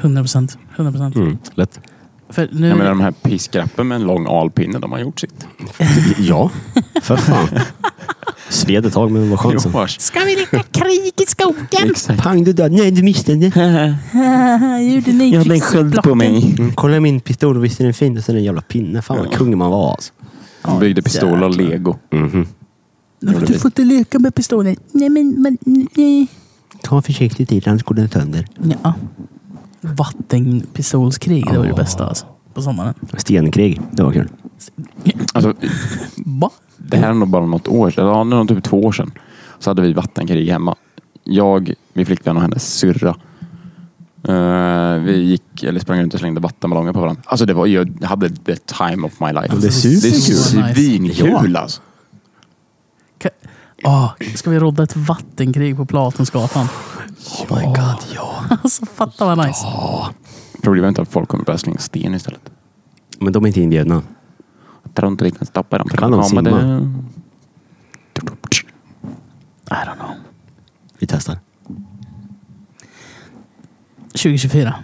Speaker 5: 100 procent. 100 procent.
Speaker 2: Mm. Lätt.
Speaker 5: För nu...
Speaker 4: Jag menar de här piskrappen med en lång alpinne, de har gjort sitt.
Speaker 2: Ja, för fan. Sved ett tag men vad skönt sen.
Speaker 4: Jo, vars.
Speaker 5: Ska vi leka krig i skogen?
Speaker 4: Exakt.
Speaker 2: Pang du död. Nej, du missade den.
Speaker 5: Gjorde ni krigsblocken?
Speaker 2: Mm, kolla min pistol och visst är den fin? Och sen en jävla pinne. Fan vad
Speaker 4: Ja.
Speaker 2: kung man var alltså.
Speaker 4: De byggde pistoler och lego.
Speaker 1: Du får inte leka med pistolen. Nej men, men nej.
Speaker 2: Ta försiktigt i den, annars går den sönder.
Speaker 5: Ja. Vattenpistolskrig, det var det bästa alltså. På sommaren.
Speaker 2: Stenkrig, det var kul.
Speaker 4: Alltså,
Speaker 5: Va?
Speaker 4: det här är nog bara något år sedan. Ja, nu är det typ två år sedan. Så hade vi vattenkrig hemma. Jag, min flickvän och hennes syrra. Eh, vi gick, eller sprang runt och slängde vattenballonger på varandra. Alltså det var, jag hade the time of my life.
Speaker 2: det är
Speaker 4: Det är
Speaker 5: så nice.
Speaker 4: svinkul alltså.
Speaker 5: Ka- Ah, ska vi rodda ett vattenkrig på Platonsgatan?
Speaker 2: Oh my god, ja.
Speaker 5: Alltså fatta vad nice.
Speaker 4: Problemet är inte att folk kommer börja slänga sten istället.
Speaker 2: Men de är inte inbjudna.
Speaker 4: Jag tror inte vi kan stoppa dem.
Speaker 2: Kan de
Speaker 4: Ja, men det-
Speaker 5: I don't know.
Speaker 2: Vi testar.
Speaker 5: 2024.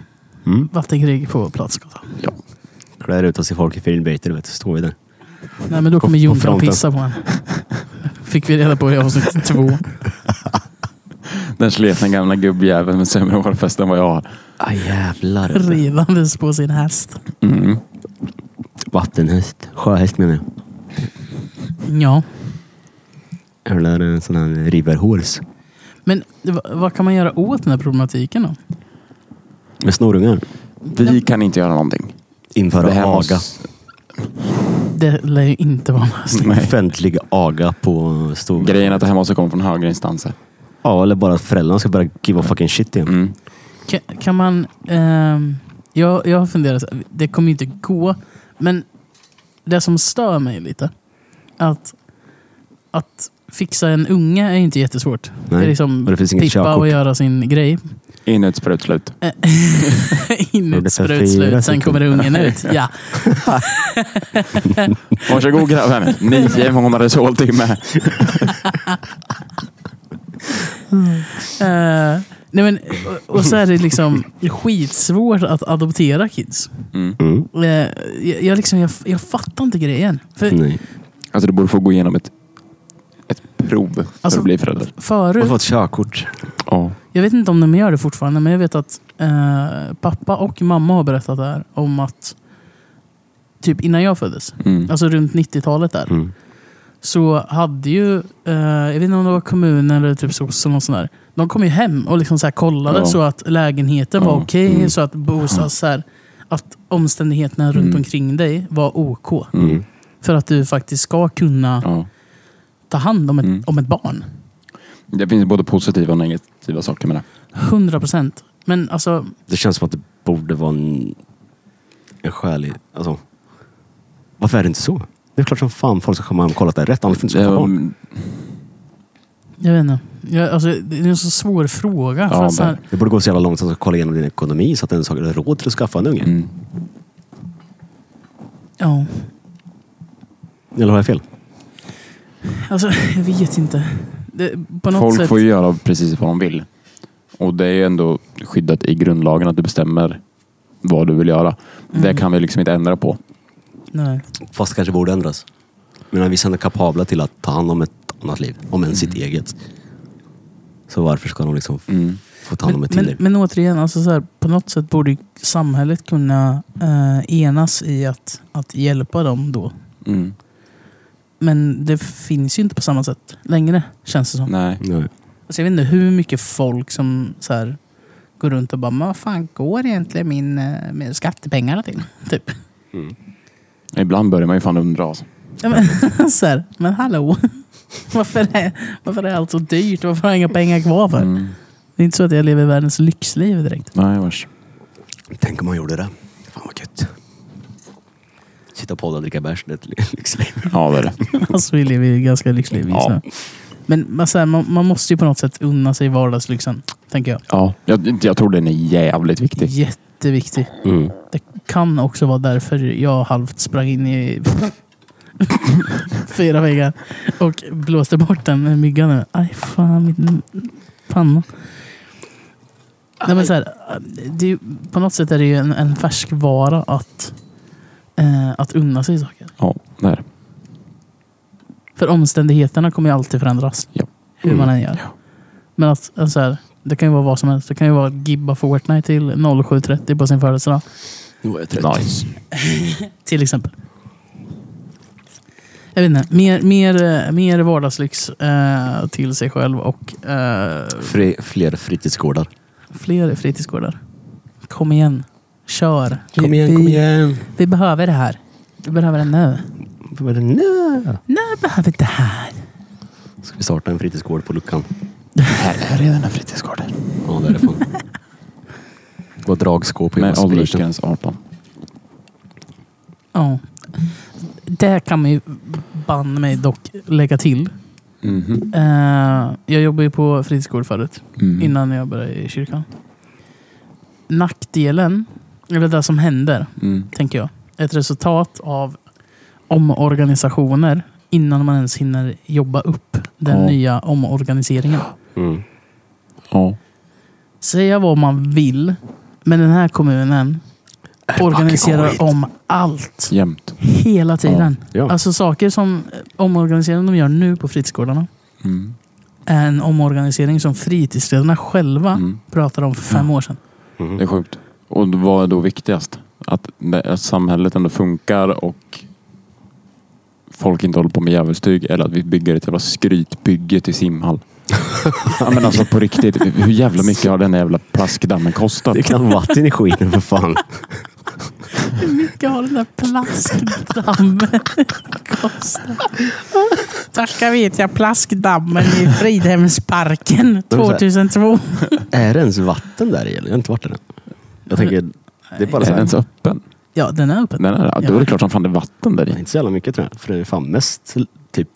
Speaker 2: Mm.
Speaker 5: Vattenkrig på Platonsgatan.
Speaker 4: Ja.
Speaker 2: Klär ut oss i folk i filmbyte, du vet. Så står vi där.
Speaker 5: Nej, men då kommer
Speaker 2: På- på
Speaker 5: Jontan och
Speaker 2: fronten.
Speaker 5: pissa på en. Fick vi reda på i avsnitt två.
Speaker 4: Den sletna gamla gubbjäveln med sämre hårfäste än vad jag har.
Speaker 2: Ah, jävlar.
Speaker 5: Rivandes på sin häst.
Speaker 4: Mm.
Speaker 2: Vattenhäst. Sjöhäst menar jag.
Speaker 5: Ja.
Speaker 2: Eller en sån här riverhorse.
Speaker 5: Men v- vad kan man göra åt den här problematiken då?
Speaker 2: Med snorungar.
Speaker 4: Vi kan inte göra någonting.
Speaker 2: Införa aga.
Speaker 4: måste-
Speaker 5: Det lär ju inte vara en lösning.
Speaker 4: Nej.
Speaker 2: Offentlig aga på stor...
Speaker 4: Grejen är att det här måste komma från högre instanser.
Speaker 2: Ja, eller bara att föräldrarna ska börja give a fucking shit igen.
Speaker 4: Mm.
Speaker 5: Kan, kan man... ehm, jag, jag har funderat, så här, det kommer ju inte gå. Men det som stör mig lite, att, att fixa en unge är ju inte jättesvårt. Det är
Speaker 2: Nej.
Speaker 5: liksom
Speaker 2: Och det finns inget
Speaker 5: pippa
Speaker 2: körkort.
Speaker 5: och göra sin grej.
Speaker 4: In ett sprutslut.
Speaker 5: In
Speaker 2: Och det
Speaker 5: ett
Speaker 2: tar
Speaker 5: sprut
Speaker 2: fyra
Speaker 5: slut, sen
Speaker 2: sekunder.
Speaker 5: kommer ungen ut. Ja.
Speaker 4: Varsågod grabben. Nio månaders håltimme.
Speaker 5: Eh, nej men, och, och så är det liksom skitsvårt att adoptera kids.
Speaker 4: Mm.
Speaker 2: Mm.
Speaker 5: Eh, jag, jag, liksom, jag, jag fattar inte grejen. För
Speaker 2: Nej.
Speaker 4: Alltså du borde få gå igenom ett, ett prov för
Speaker 5: Alltså-
Speaker 4: att bli förälder.
Speaker 2: Man
Speaker 5: förut,
Speaker 2: får ett körkort.
Speaker 4: Ja.
Speaker 5: jag vet inte om de gör det fortfarande, men jag vet att eh, pappa och mamma har berättat det här om att typ innan jag föddes,
Speaker 4: Mm.
Speaker 5: alltså runt 90-talet där,
Speaker 2: Mm.
Speaker 5: så hade ju, eh, jag vet inte om det var kommunen eller typ sossen och sådär. De kom ju hem och liksom så här kollade
Speaker 4: Ja.
Speaker 5: så att lägenheten var
Speaker 4: Ja,
Speaker 5: okej,
Speaker 2: mm.
Speaker 5: så att bostads, så här, att omständigheterna runt
Speaker 4: Mm.
Speaker 5: omkring dig var OK.
Speaker 4: Mm.
Speaker 5: För att du faktiskt ska kunna
Speaker 4: Ja.
Speaker 5: ta hand om ett,
Speaker 4: Mm.
Speaker 5: om ett barn.
Speaker 4: Det finns både positiva och negativa saker med det.
Speaker 5: 100 procent. Men alltså,
Speaker 2: Det känns som att det borde vara en, en skälig... Alltså, varför är det inte så? Det är klart som fan folk ska komma hem och kolla att det är rätt. Annars får inte skaffa barn.
Speaker 4: Mm.
Speaker 5: jag vet inte. Jag, alltså, det är en så svår fråga. för
Speaker 4: Ja,
Speaker 5: att så här,
Speaker 4: men-
Speaker 2: Det borde gå så jävla långt att de ska kolla igenom din ekonomi så att du ens har råd till att skaffa en unge.
Speaker 4: Mm.
Speaker 5: ja.
Speaker 2: Eller har jag fel?
Speaker 5: alltså, jag vet inte. Det, på något
Speaker 4: Folk
Speaker 5: sätt,
Speaker 4: får ju göra precis vad de vill. Och det är ju ändå skyddat i grundlagen att du bestämmer vad du vill göra. Det
Speaker 5: Mm.
Speaker 4: kan vi liksom inte ändra på.
Speaker 5: nej.
Speaker 2: Fast det kanske borde ändras. Men vissa är ändå kapabla till att ta hand om ett annat liv. Om ens sitt eget. Så varför ska de liksom
Speaker 4: Mm.
Speaker 2: få ta hand om ett till
Speaker 5: men, men,
Speaker 2: liv?
Speaker 5: men återigen, alltså så här, på något sätt borde ju samhället kunna eh, enas i att, att hjälpa dem då.
Speaker 4: Mm.
Speaker 5: Men det finns ju inte på samma sätt längre, känns det som.
Speaker 4: Nej.
Speaker 2: Nej.
Speaker 5: Alltså, jag vet inte hur mycket folk som så här, går runt och bara, "Men vad fan går egentligen min, eh, med skattepengarna till? Typ.
Speaker 4: Ibland börjar man ju fan undra. alltså.
Speaker 5: Ja, men, så här, men hallå, varför är, varför är allt så dyrt? Varför har jag inga pengar kvar för?
Speaker 4: Mm.
Speaker 5: Det är inte så att jag lever världens lyxliv direkt.
Speaker 4: Nej, vars.
Speaker 2: Tänk om man gjorde det. Fan vad gött. Sitta och podda och dricka bärs. Det är ett liksom- lyxliv.
Speaker 4: Ja, det är det.
Speaker 5: Alltså vi lever ju ganska lyxliv just
Speaker 4: Ja.
Speaker 5: nu. Men man, så här, man, man måste ju på något sätt unna sig vardagslyxen, tänker jag.
Speaker 4: Ja. Jag, jag tror den är jävligt viktig.
Speaker 5: Jätteviktig.
Speaker 2: Mm.
Speaker 5: Det kan också vara därför jag halvt sprang in i fyra väggar och blåste bort den med myggan. nu. Aj fan, min panna. Nej, men så här, det är, ju- på något sätt är det ju en, en färskvara att, eh, att unna sig saker.
Speaker 4: Ja, det är det.
Speaker 5: För omständigheterna kommer ju alltid förändras.
Speaker 4: Ja. Mm.
Speaker 5: Hur man än gör.
Speaker 4: Ja.
Speaker 5: Men att alltså så här, det kan ju vara vad som helst. Det kan ju vara att gibba Fortnite till 07.30 på sin födelsedag.
Speaker 2: Nu var jag
Speaker 4: Nice.
Speaker 5: Till exempel. Jag vet inte. Mer, mer, eh, mer vardagslyx eh, till sig själv och eh,
Speaker 2: Fre, fler fritidsgårdar.
Speaker 5: fler fritidsgårdar. Kom igen. Kör.
Speaker 2: Kom igen,
Speaker 5: vi,
Speaker 2: kom igen.
Speaker 5: Vi behöver det här. Vi behöver det nu.
Speaker 2: Vad är det nu?
Speaker 5: Nu behöver vi det här.
Speaker 2: Ska vi starta en fritidsgård på luckan?
Speaker 4: Här, här är den här fritidsgården.
Speaker 2: Ja, därifrån. Gå och dragskåp i
Speaker 4: Med
Speaker 2: Massavision.
Speaker 4: åldersgräns 18.
Speaker 5: Ja. Det kan man ju banne mig dock lägga till.
Speaker 4: Mhm.
Speaker 5: Eh, jag jobbade ju på fritidsgård förut.
Speaker 4: Mm.
Speaker 5: Innan jag började i kyrkan. Nackdelen, eller det som händer,
Speaker 4: Mm.
Speaker 5: tänker jag. Ett resultat av omorganisationer innan man ens hinner jobba upp den
Speaker 4: Ja.
Speaker 5: nya omorganiseringen.
Speaker 2: Mm.
Speaker 4: Ja.
Speaker 5: Säga vad man vill, men den här kommunen organiserar
Speaker 2: skit.
Speaker 5: om allt.
Speaker 4: Jämt.
Speaker 5: Hela tiden.
Speaker 2: Ja.
Speaker 5: Alltså saker som eh, omorganiseringen de gör nu på fritidsgårdarna
Speaker 4: Mm.
Speaker 5: är en omorganisering som fritidsledarna själva
Speaker 4: Mm.
Speaker 5: pratade om för fem år sedan.
Speaker 4: Det är sjukt. Och vad är då viktigast? Att, det, att samhället ändå funkar och folk inte håller på med djävulstyg eller att vi bygger ett jävla skrytbygge till simhall. ja, men alltså på riktigt, hur jävla mycket har den här jävla plaskdammen kostat?
Speaker 2: Det kan vatten i skiten för fan.
Speaker 5: Hur mycket har den där plaskdammen kostat? Tacka vet jag plaskdammen i Fridhemsparken
Speaker 2: så här-
Speaker 5: 2002.
Speaker 2: Är det ens vatten där i? eller? Jag har inte varit där än. Jag tänker, det är bara
Speaker 4: Är
Speaker 2: så
Speaker 4: den
Speaker 2: här.
Speaker 4: ens öppen?
Speaker 5: Ja, den är öppen.
Speaker 4: Den är, ja, då är det klart som fan det är vatten där
Speaker 2: Det är
Speaker 4: i.
Speaker 2: inte så jävla mycket tror jag. För det är fan mest typ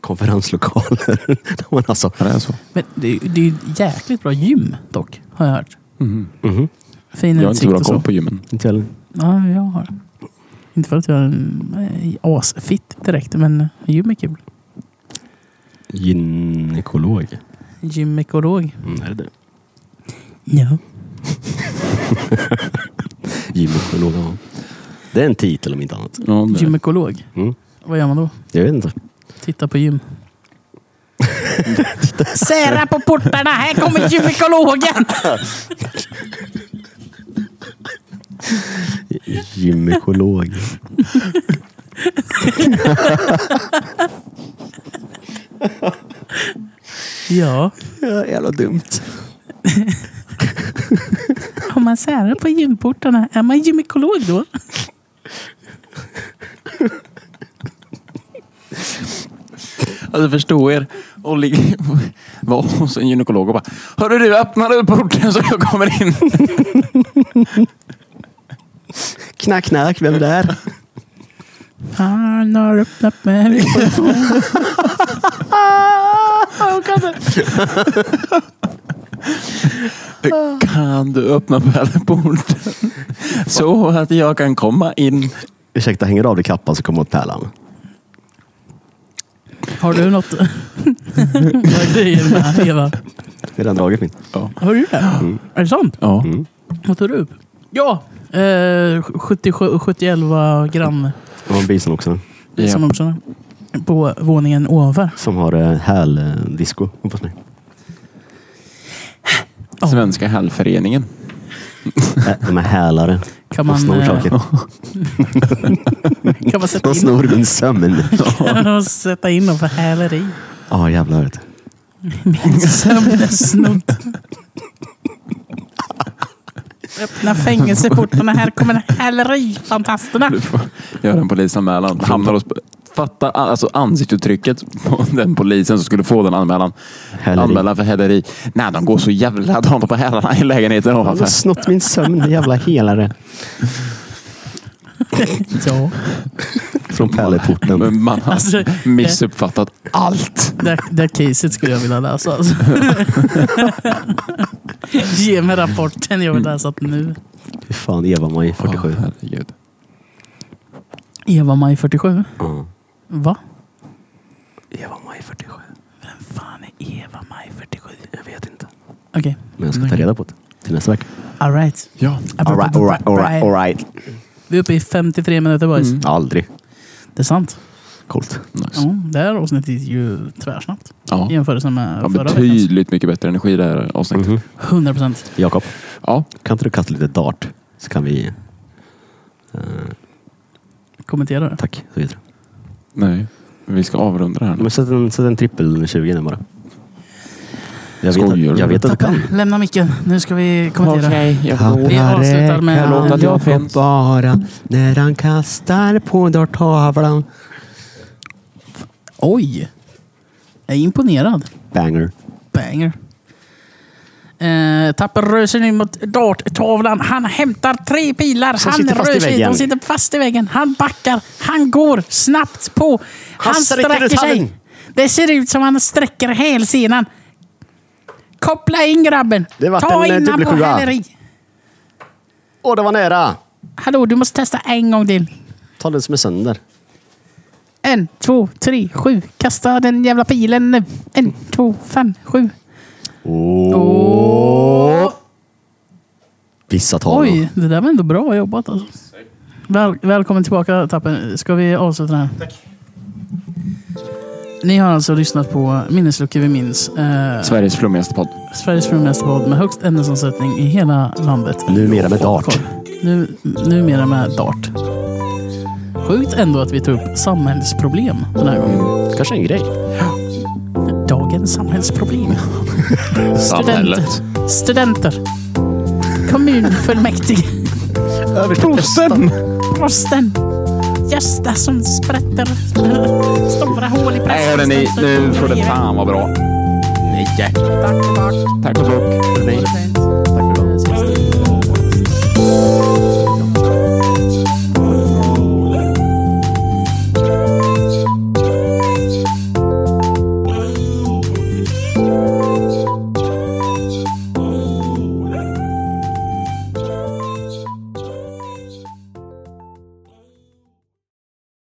Speaker 2: konferenslokaler. Där man alltså,
Speaker 4: Ja, det är så.
Speaker 5: Men det, är- det är ju ett jäkligt bra gym dock, har jag hört.
Speaker 4: Mhm.
Speaker 2: mhm,
Speaker 5: Fin
Speaker 4: Jag har inte så
Speaker 5: utsikt
Speaker 4: bra
Speaker 5: och Mm-hmm. så.
Speaker 4: koll på gymmen.
Speaker 2: inte heller.
Speaker 5: Ja, jag har. Inte för att jag är en eh, asfitt direkt, men eh, gym är kul.
Speaker 2: Gynekolog.
Speaker 5: Gymekolog.
Speaker 2: Mm, är det det?
Speaker 5: Ja.
Speaker 2: Gynekolog, ja. Det är en titel om inte annat.
Speaker 4: Ja, det-
Speaker 5: Gymekolog.
Speaker 2: Mm.
Speaker 5: Vad gör man då?
Speaker 2: Jag vet inte.
Speaker 5: Titta på gym. Sära på portarna, här kommer gynekologen!
Speaker 2: Gynekolog.
Speaker 5: Ja,
Speaker 2: Ja, jävla dumt.
Speaker 5: om man särar på gymportarna, är man gynekolog då?
Speaker 4: Alltså förstå er och ligga- vara hos en gynekolog och bara Hörru du, öppna du porten så jag kommer in.
Speaker 2: Knack, knack, vem där?
Speaker 5: Han har öppnat mig.
Speaker 4: Kan du öppna pärleporten så att jag kan komma in?
Speaker 2: Ursäkta, hänger du av dig kappan så kommer åt pärlan.
Speaker 5: Har du något? Vad är grejen med Eva?
Speaker 2: Det är den draget min.
Speaker 5: Har du det? Är det sant?
Speaker 4: Ja.
Speaker 5: Vad tar du upp? Ja! Eh, 77 7011 grann.
Speaker 2: Det var en bison också.
Speaker 5: Det är som
Speaker 4: Japp.
Speaker 5: också på våningen ovanför.
Speaker 2: Som har eh, häldisco, hoppas ni.
Speaker 5: Ja.
Speaker 4: Svenska hälföreningen.
Speaker 2: Ä- De är hälare.
Speaker 5: Kan
Speaker 2: De
Speaker 5: man,
Speaker 2: snor
Speaker 5: eh,
Speaker 2: saker.
Speaker 5: kan man sätta
Speaker 2: De
Speaker 5: in,
Speaker 2: snor min sömn.
Speaker 5: kan man sätta in dem för häleri?
Speaker 2: Ja, jävlar. Vet du.
Speaker 5: Sömnesnodd. Öppna fängelseportarna, här kommer hälerifantasterna.
Speaker 4: Du får göra en polisanmälan. Hamnar hos... Fatta alltså ansiktsuttrycket på den polisen som skulle få den anmälan.
Speaker 2: Häleri.
Speaker 4: Anmälan för häleri. Nej, de går så jävla... De håller på hälarna i lägenheten
Speaker 2: Han har
Speaker 4: ovanför.
Speaker 2: snott min sömn, jävla helare.
Speaker 5: Ja.
Speaker 2: Från pärleporten.
Speaker 4: Men Man har
Speaker 5: Alltså, eh,
Speaker 4: missuppfattat allt.
Speaker 5: Det, det caset skulle jag vilja läsa. Alltså. Ge mig rapporten, jag vill läsa den nu.
Speaker 2: Fy fan, Eva-Maj 47.
Speaker 4: Åh, herregud.
Speaker 5: Eva-Maj 47.
Speaker 2: Ja.
Speaker 5: Va?
Speaker 2: Eva-Maj 47.
Speaker 5: Vem fan är Eva-Maj 47?
Speaker 2: Jag vet inte.
Speaker 5: Okej.
Speaker 2: Men jag ska ta reda på det till nästa vecka.
Speaker 5: Alright.
Speaker 4: Ja.
Speaker 2: Alright, alright, alright. All right.
Speaker 5: Vi är uppe i 53 minuter boys.
Speaker 2: Aldrig.
Speaker 5: Det är sant.
Speaker 2: Coolt.
Speaker 4: Nice.
Speaker 5: Ja, det här avsnittet gick ju tvärsnabbt
Speaker 4: Ja.
Speaker 5: i jämförelse med
Speaker 4: Ja, typ.
Speaker 5: förra veckans.
Speaker 4: betydligt mycket bättre energi i det här avsnittet.
Speaker 2: Mhm.
Speaker 5: 100 procent.
Speaker 2: Jakob,
Speaker 4: Ja.
Speaker 2: kan inte du kasta lite dart? Så kan vi... eh,
Speaker 5: Kommentera det.
Speaker 2: tack, så vidare.
Speaker 4: Nej, vi ska avrunda det här nu.
Speaker 2: Men sätt en, sätt en trippel 20 nu bara. Jag vet, att,
Speaker 4: Skojar du?
Speaker 2: jag vet att du kan.
Speaker 5: Lämna micken. Nu ska vi kommentera.
Speaker 4: jag
Speaker 5: Vi avslutar med-
Speaker 2: Tappar
Speaker 4: Att jag
Speaker 2: Jakob
Speaker 4: finns.
Speaker 2: bara när han kastar på darttavlan.
Speaker 5: Oj! Jag är imponerad.
Speaker 2: Banger.
Speaker 5: Banger. Eh, tappar rör sig nu mot darttavlan. Han hämtar tre pilar.
Speaker 2: Som
Speaker 5: han
Speaker 2: sitter fast i
Speaker 5: rör sig.
Speaker 2: väggen.
Speaker 5: De sitter fast i väggen. Han backar. Han går snabbt på. Han,
Speaker 2: sträcker
Speaker 5: sträcker,
Speaker 2: ut handen.
Speaker 5: sig. Det ser ut som han sträcker hälsenan. Koppla in grabben.
Speaker 2: Det vart
Speaker 5: Ta
Speaker 2: en, eh,
Speaker 5: in han
Speaker 2: dubbel
Speaker 5: på
Speaker 2: sjua.
Speaker 5: häleri.
Speaker 2: Åh, det var nära!
Speaker 5: Hallå, du måste testa en gång till.
Speaker 2: Ta den som är sönder.
Speaker 5: En, två, tre, sju. Kasta den jävla pilen nu. En, två, fem, sju.
Speaker 2: Åh!
Speaker 5: Åh.
Speaker 2: Vissa tar
Speaker 5: Oj, det där var ändå bra jobbat alltså. Väl, välkommen tillbaka Tappen. Ska vi avsluta den här? Tack. Ni har alltså lyssnat på Minnesluckor vi minns. Eh,
Speaker 4: Sveriges flummigaste podd.
Speaker 5: Sveriges flummigaste podd med högst ämnesomsättning i hela landet.
Speaker 2: Numera med dart.
Speaker 5: Nu, numera med dart. Sjukt ändå att vi tog upp samhällsproblem den här gången.
Speaker 2: Kanske en grej.
Speaker 5: Dagens samhällsproblem.
Speaker 4: Samhället.
Speaker 5: Studenter. Kommunfullmäktige.
Speaker 4: Prosten!
Speaker 5: Rosten. Gösta som sprätter stora hål i
Speaker 4: Nej, hörde ni. Nu får det fan vara bra. Nej. Tack och bock. Tack och bock.
Speaker 5: fan.